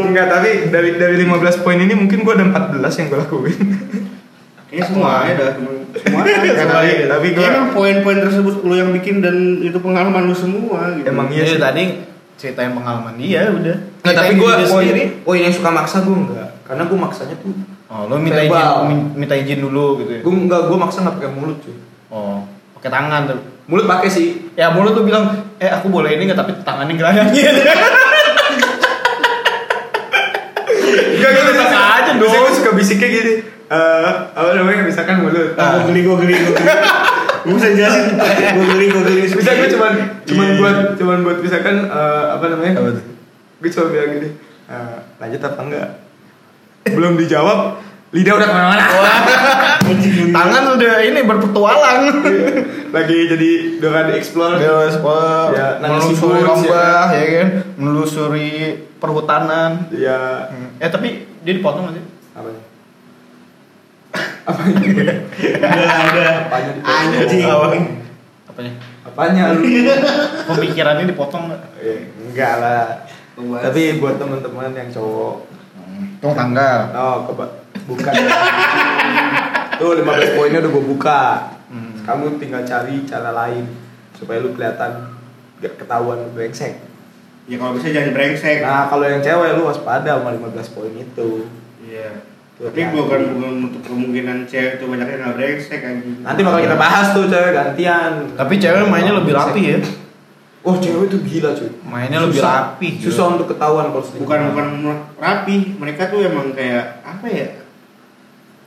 S3: Enggak, tapi dari dari 15 poin ini mungkin gue ada 14 yang gue lakuin.
S1: Ini semuanya dah. Semua.
S3: Iya, tapi tapi gue
S1: Emang poin-poin tersebut lu yang bikin dan itu pengalaman lu semua gitu.
S3: emang iya
S5: Iya
S3: sih.
S5: tadi ceritain pengalaman dia udah.
S3: Nggak, Nah, tapi
S5: Ceritain
S3: gue
S5: diri
S3: poin
S5: sendiri.
S3: poin yang suka maksa gue enggak. Karena gue maksanya tuh
S5: Oh, lo minta izin,
S3: Verbal.
S5: min- minta izin dulu gitu ya.
S3: gue enggak gue maksa nggak pakai mulut cuy.
S5: Oh, pakai tangan tuh.
S3: Mulut pakai sih.
S5: Ya mulut tuh bilang, eh aku boleh ini Gitu. nggak tapi tangannya gerayangin.
S3: Enggak
S5: gitu, tetap aja dong.
S3: Gue suka bisiknya gini. Eh, apa namanya misalkan mulut.
S1: Gue
S3: Nah,
S1: geli, gue geli, gue geli. Gue bisa jelasin. Gue geli, gue geli.
S3: bisa gue cuman cuman
S1: Iya.
S3: buat cuman buat misalkan eh, apa namanya gue cuma bilang gini eh, lanjut apa enggak belum dijawab lidah udah kemana-mana
S5: Tangan udah ini berpetualang.
S3: lagi jadi dengan explore
S5: wah,
S3: Ya,
S5: menelusuri
S3: nangis sibuk, ya
S5: lembah ya kan, menelusuri perhutanan.
S3: ya
S5: Eh tapi dia dipotong nggak sih?
S3: apa ya? apa ini
S1: Udah, udah.
S3: apanya dipotong?
S1: Anjing.
S5: Apanya?
S3: apanya lu
S5: Iya. Pemikirannya dipotong nggak?
S3: Eh, enggak lah tapi buat teman-teman yang cowok
S5: Tong tanggal.
S3: Oh, keba bukan. Tuh 15 poinnya udah gue buka.
S5: Hmm.
S3: Kamu tinggal cari cara lain supaya lu kelihatan gak ketahuan lu brengsek.
S1: Ya kalau bisa jangan brengsek.
S3: Nah, kalau yang cewek lu waspada sama 15 poin itu.
S1: Iya. Tapi bukan bukan untuk kemungkinan cewek itu banyak yang nggak brengsek anjing.
S3: Nanti bakal kita bahas tuh cewek gantian.
S5: Tapi cewek mainnya lebih rapi ya.
S3: Oh, cewek itu gila cuy.
S5: Mainnya lebih
S3: Susah.
S5: rapi, gila.
S3: Susah untuk ketahuan kalau selingkuh.
S1: bukan bukan rapi mereka tuh emang kayak apa ya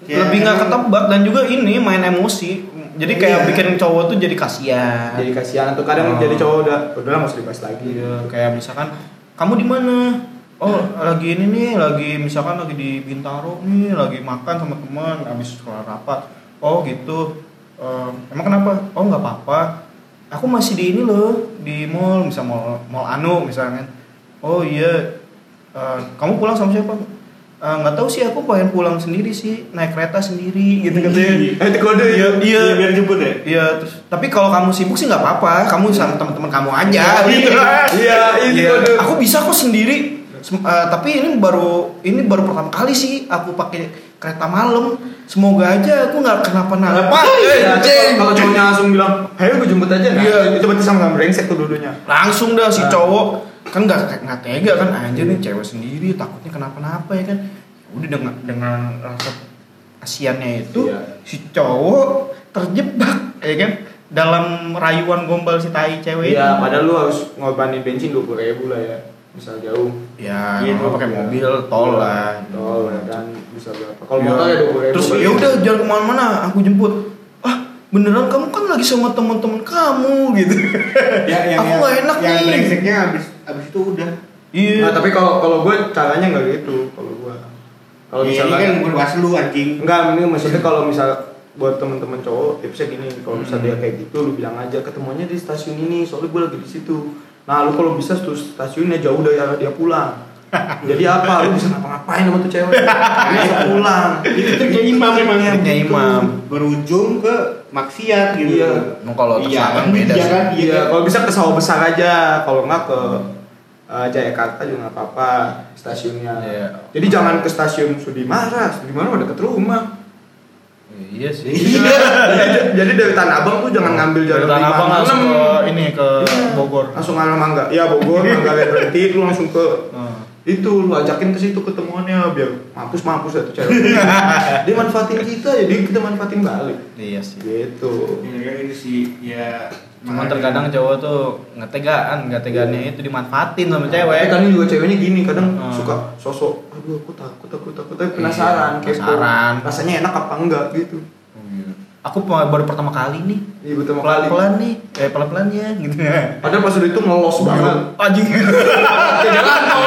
S1: Kayak
S5: lebih nggak
S1: emang-
S5: ketebak dan juga ini main emosi. Jadi
S1: Iya.
S5: kayak bikin cowok tuh jadi kasihan.
S3: Jadi kasihan tuh
S5: Oh.
S3: kadang jadi cowok udah udah lah nggak usah dibahas lagi.
S5: Iya, kayak misalkan kamu di mana? Oh, lagi ini nih, lagi misalkan lagi di Bintaro nih, lagi makan sama teman habis sekolah rapat. Oh, gitu. Ehm, emang kenapa? Oh, nggak apa-apa. Aku masih di ini loh, di mall, misal mall, mall Anu misalnya. Oh iya. Ehm, kamu pulang sama siapa? Ehm, nggak tahu sih aku pengen pulang sendiri sih naik kereta sendiri gitu katanya
S3: Eh, itu kode ya.
S5: iya
S1: Iya, biar jemput ya
S5: Iya, terus tapi kalau kamu sibuk sih nggak apa-apa, kamu sama teman-teman kamu aja gitu.
S3: Iya, itu
S5: Iya,
S3: kode.
S5: aku bisa kok sendiri. Sem- eh, tapi ini baru ini baru pertama kali sih aku pakai kereta malam. Semoga aja aku nggak kenapa-napa. Eh,
S3: Iya,
S5: anjing.
S3: kalau cowoknya langsung bilang, "Ayo gue jemput aja." Nah,
S5: Iya.
S3: itu berarti sama-sama brengsek tuh dulunya.
S5: Langsung dah si cowok kan nggak nggak tega kan anjir nih cewek sendiri takutnya kenapa-napa ya kan. Udah dengan dengan rasa kasihannya itu
S3: Iya.
S5: si cowok terjebak ya kan dalam rayuan gombal si tai cewek itu.
S3: Iya, padahal lu harus ngorbanin bensin 20 ribu lah ya. Misal jauh.
S5: Ya,
S1: Iya,
S5: gitu,
S1: dong.
S5: pakai mobil tol lah.
S3: Tol ya kan bisa berapa? Kalau
S5: Iya.
S3: motor ya 20 ribu.
S5: Terus ya udah jalan kemana-mana, aku jemput. Ah, beneran kamu kan lagi sama teman-teman kamu gitu.
S1: ya yang
S5: Aku
S1: yang,
S5: nggak enak
S1: yang
S5: nih.
S1: brengseknya abis abis itu udah
S5: Iya.
S3: Nah, tapi kalau kalau gue caranya nggak gitu kalau gue. Kalau
S1: kalau ya, ini
S5: Iya,
S3: misalnya
S1: kan bukan bahas lu anjing
S3: enggak, ini maksudnya kalau misal buat temen-temen cowok tipsnya gini kalau misal
S5: Hmm.
S3: dia kayak gitu lu bilang aja ketemuannya di stasiun ini soalnya gue lagi di situ nah lu kalau bisa tuh stasiunnya jauh dari arah dia pulang jadi apa lu bisa ngapa-ngapain sama tuh cewek Lu bisa pulang
S1: itu
S5: Iya,
S1: triknya imam memang
S3: gitu.
S5: Triknya imam.
S1: berujung ke maksiat gitu
S3: Iya.
S5: Emang kalau
S1: iya
S5: terserah
S1: kan
S5: kan beda
S1: iya
S5: sih.
S1: kan iya
S3: Iya,
S1: kan?
S3: kalau bisa ke sawah besar aja, kalau nggak ke eh, Jayakarta juga nggak apa-apa stasiunnya.
S5: Iya.
S3: Jadi jangan ke stasiun Sudimara, Sudimara udah deket rumah.
S5: Iya sih.
S3: Jadi- Jadi dari Tanah Abang tuh jangan ngambil
S5: Dari
S3: jalan
S5: Tanah Abang langsung ke ini ke Bogor.
S3: Iya. Langsung arah Mangga. Ya Bogor, Mangga berhenti lu langsung ke
S5: Nah.
S3: itu lu ajakin ke situ ketemuannya biar mampus mampus satu cewek. Dia manfaatin kita jadi kita manfaatin balik.
S5: Iya sih.
S3: Gitu.
S1: Iya kan, ini sih ya
S5: Cuman
S1: makanya.
S5: terkadang cowok tuh nggak tegaan, nggak tegaannya itu dimanfaatin sama
S3: Tapi
S5: cewek.
S3: kadang juga ceweknya gini, kadang
S5: Hmm.
S3: suka sosok, aduh aku takut, aku takut, tapi
S5: Iya,
S3: penasaran, kepo.
S5: penasaran.
S3: Rasanya enak apa enggak gitu.
S5: Aku baru pertama kali nih,
S3: Iya pertama kali.
S5: pelan-pelan nih, eh pelan-pelan ya gitu.
S3: Padahal pas udah itu ngelos banget.
S5: Anjing.
S3: Jalan tol.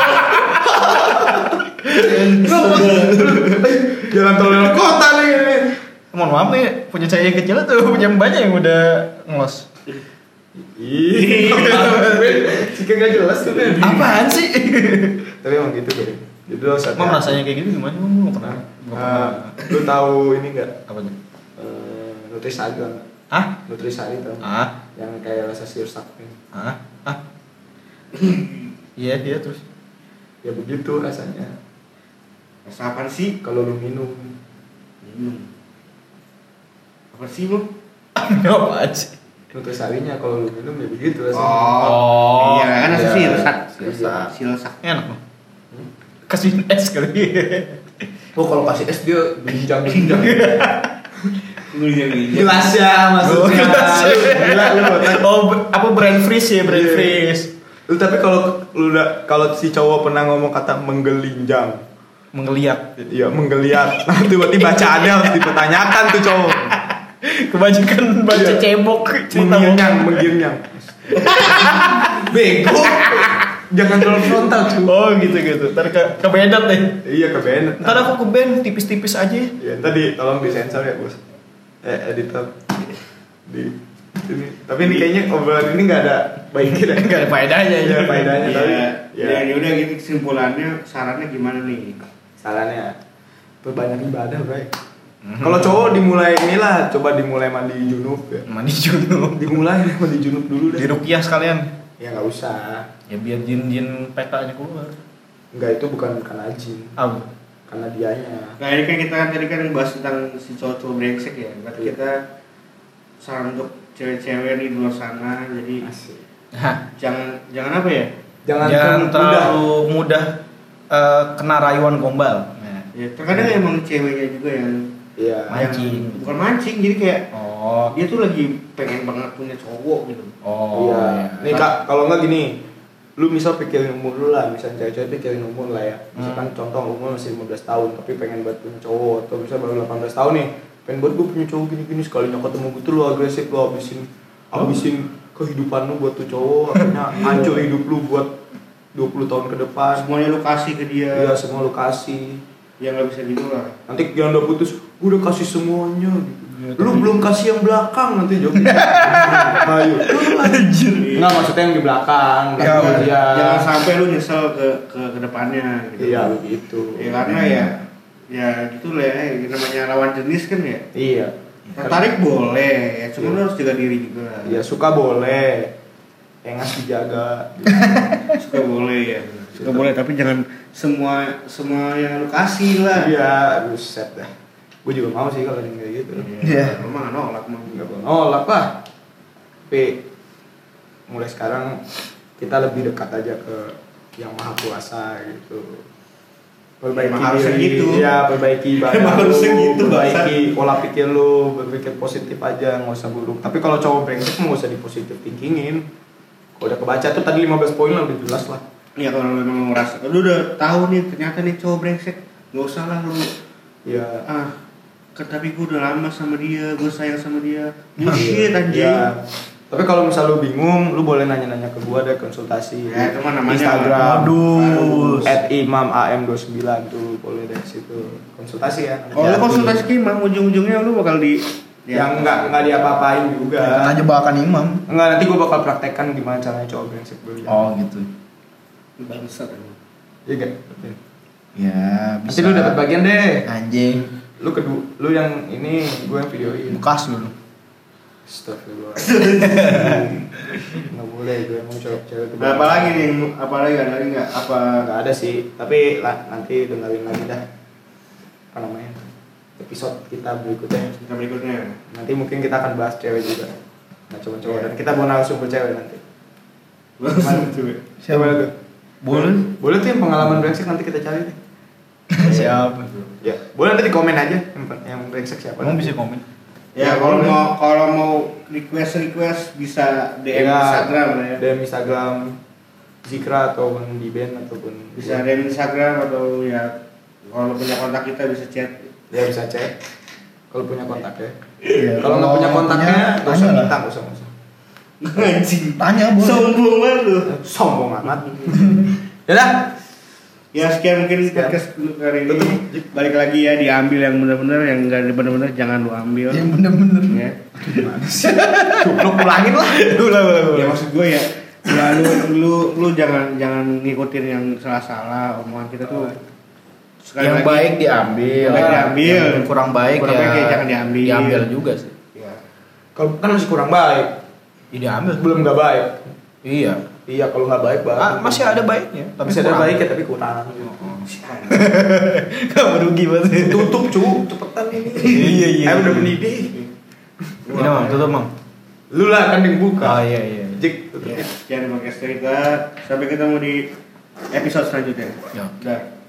S3: Jalan tol lewat kota nih.
S5: mohon maaf nih punya saya yang kecil tuh punya yang banyak yang udah ngelos
S7: Jika gak jelas tuh kan.
S5: apaan sih
S3: tapi emang gitu ya. gue jadi lo saat
S5: emang rasanya kayak gitu gimana emang lu nggak pernah nggak pernah
S3: lo Ah, tahu ini nggak
S5: apa tuh
S3: Eh, nutrisari tau nggak?
S5: ah
S3: nutrisari tau nggak?
S5: ah
S3: yang kayak rasa siur sakti
S5: ah ah iya dia terus
S3: ya begitu rasanya
S1: Rasa apaan sih?
S3: kalau lu minum
S1: Minum. Apa sih lu?
S5: apaan sih
S3: nutrisarinya kalau lu minum ya begitu rasanya
S1: Oh, iya kan rasa
S3: iya.
S1: sih lesak.
S3: Siresak.
S1: Silesak.
S5: enak loh kasih es kali
S7: Oh kalau kasih es dia ginjang ginjang.
S1: Gila.
S7: Jelas ya maksudnya.
S5: Gila lu. Oh, b- apa brand freeze ya, brand
S3: Iya.
S5: freeze.
S3: lu tapi kalau lu udah kalau si cowok pernah ngomong kata menggelinjang
S5: Menggeliat.
S3: Iya menggeliat. Nah tiba-tiba bacaannya harus dipertanyakan tuh cowok.
S5: Kebanyakan baca
S3: Iya.
S5: cebok cerita
S3: Menggirnyang, menggirnyang.
S7: Bego.
S3: Jangan terlalu frontal
S5: bohong.
S3: cuy.
S5: Oh, gitu gitu. Ntar ke ke Medan deh.
S3: Iya ke Bennett.
S5: Ntar aku ke band tipis-tipis aja. ya.
S3: Ya tadi tolong disensor ya bos. Eh editor. Di ini. Tapi ini kayaknya obrolan ini nggak ada baiknya.
S5: Nggak ada faedahnya ya.
S3: Iya faedahnya tapi.
S1: Iya.
S3: Ya.
S1: Ya, ya udah gitu kesimpulannya sarannya gimana nih?
S3: Sarannya perbanyak ibadah bray. Kalau cowok dimulai inilah coba dimulai mandi junub ya.
S5: Mandi Juno.
S3: Dimulai mandi junub dulu
S5: Di
S3: deh.
S5: Rukiah sekalian.
S3: Ya nggak usah.
S5: Ya biar jin-jin petanya keluar.
S3: Enggak itu bukan karena jin,
S5: Ah,
S3: karena dianya.
S1: Nah ini kan kita kan tadi kan bahas tentang si cowok-cowok brengsek ya. Berarti
S3: Iya.
S1: kita saran untuk cewek-cewek di luar sana. Jadi
S3: Asik.
S5: Hah.
S1: jangan jangan apa ya?
S3: Jangan,
S5: Jangan
S3: terlalu mudah.
S5: terlalu mudah eh, kena rayuan gombal. Nah.
S1: ya terkadang emang ceweknya juga yang
S3: Iya.
S5: Mancing.
S1: yang- bukan mancing jadi kayak
S5: Oh.
S1: dia tuh lagi pengen banget punya cowok gitu.
S5: Oh.
S3: iya. Nih Kak, kalau enggak gini, lu misal pikirin umur lu lah, misal cewek-cewek pikirin umur lah ya. Misalkan contoh umur masih 15 tahun tapi pengen buat punya cowok atau misal baru 18 tahun nih, pengen buat gue punya cowok gini-gini sekalinya ketemu gitu lu agresif lu habisin habisin kehidupan lu buat tuh cowok, akhirnya hancur hidup lu buat 20 tahun ke depan.
S1: Semuanya lu kasih ke dia
S3: Iya, semua lu kasih.
S1: yang nggak bisa ditolak.
S3: nanti yang udah putus "Gua udah kasih semuanya gitu. lu belum kasih yang belakang nanti jawab Bayu
S1: Jadi,
S3: nggak maksudnya yang di belakang
S5: Ya,
S3: belakang dia
S1: Jangan sampai lu nyesel ke ke kedepannya gitu.
S3: iya begitu
S1: Ya karena ya ya gitu lah ya namanya lawan jenis kan ya.
S3: iya
S1: Tertarik boleh, ya. cuma lu harus jaga diri juga.
S3: iya suka boleh engas dijaga
S1: Suka boleh ya. Suka boleh tapi jangan semua semua yang lu kasih lah.
S3: iya buset dah gue juga mau sih kalau yang kayak gitu
S1: Iya. Lu mah nolak mah.
S3: nggak boleh nolak lah tapi mulai sekarang kita lebih dekat aja ke yang maha kuasa gitu perbaiki
S1: Emang harusnya
S3: diri,
S1: gitu.
S3: ya perbaiki ibadah
S1: Emang
S3: lu,
S1: harusnya gitu,
S3: perbaiki pola pikir lu berpikir positif aja nggak usah buruk tapi kalau cowok brengsek mah nggak usah di positif thinkingin kalau udah kebaca tuh tadi 15 poin lah udah jelas lah
S1: Iya kalau lu memang merasa lu udah tahu nih ternyata nih cowok brengsek. Gak usah lah lu
S3: ya
S1: ah ke- tapi gue udah lama sama dia, gue sayang sama dia.
S3: Iya.
S1: Bullshit Iya, anjing.
S3: Ya. tapi kalau misal lu bingung lu boleh nanya-nanya ke gua deh konsultasi
S1: Ya, itu mah namanya-
S5: kan
S3: Instagram
S2: Aduh.
S3: at imam am29 tuh boleh dari situ konsultasi ya
S1: Kalau Oh, lu konsultasi Ya. ke imam ujung-ujungnya lu bakal di
S3: yang nggak nggak diapa-apain juga
S1: Ya,
S5: Tanya jebakan imam.
S3: nggak nanti gua bakal praktekkan gimana caranya cowok brengsek dulu ya
S5: Oh gitu.
S1: bangsat. emang.
S3: iya nggak?
S5: Ya
S3: nanti lu dapat bagian deh
S5: anjing
S3: lu kedua lu yang ini gua yang videoin
S5: bekas lu.
S3: Astagfirullah nggak boleh gua emang cowok cewek
S1: Nah, apa lagi nih? Apa lagi ada lagi nggak? Apa
S3: nggak ada sih tapi lah nanti dengerin lagi dah apa namanya episode kita berikutnya
S1: cerita berikutnya?
S3: nanti mungkin kita akan bahas cewek juga nggak cuma cowok
S5: Iya.
S3: dan kita mau narasumber cewek nanti
S1: Langsung coba.
S3: siapa itu
S5: Boleh.
S3: boleh tuh yang pengalaman brengsek nanti kita cari deh
S5: Siapa?
S3: ya boleh nanti di komen aja yang, yang brengsek siapa
S5: Kamu
S3: nanti.
S5: bisa komen.
S1: Ya,
S3: Ya,
S1: kalau
S3: boleh.
S1: mau kalau mau request request bisa DM
S3: Ya,
S1: Instagram lah ya.
S3: DM Instagram Zikra ataupun di band ataupun
S1: Bisa DM Instagram atau ya kalau punya kontak kita bisa chat.
S3: ya bisa cek kalau punya kontaknya
S5: Iya,
S3: kalau nggak
S5: kalau
S3: punya kontaknya
S5: punya,
S3: nggak usah
S5: tanya lah.
S3: minta nggak usah nggak usah
S1: Anjing.
S5: Tanya boleh.
S1: Sombong banget lu.
S3: Ya sombong amat. Dadah.
S1: Ya sekian mungkin podcast dulu kali ini. Balik lagi ya diambil yang benar-benar yang enggak benar-benar jangan lu ambil.
S7: yang bener-bener
S1: Ya.
S7: lu pulangin lah
S5: ulang ulang
S1: ya maksud gue ya ya lu lu lu jangan jangan ngikutin yang salah-salah omongan kita tuh sekali
S5: yang
S1: lagi,
S5: baik diambil
S1: Yang baik diambil.
S5: yang kurang baik
S1: Kurang
S5: ya,
S1: baik ya jangan diambil.
S5: diambil juga sih
S1: ya.
S3: Kalau kan masih kurang baik,
S5: Ya, diambil
S3: belum nggak baik.
S5: iya
S3: Iya kalau nggak baik baik.
S5: Ah, masih ada baiknya tapi
S3: masih ada
S5: kurang. Oh.
S3: baik ya tapi kurang.
S5: kamu rugi banget
S3: Tutup cu, cepetan ini.
S5: Iya, iya.
S3: Ayo udah mendidih.
S5: ini mang tutup mang
S3: Lu lah kan yang
S5: ah
S3: buka.
S5: iya iya
S3: Jik, tutup.
S1: ya. Sekian podcast cerita. Sampai ketemu di episode selanjutnya.
S5: Ya.
S1: Dah.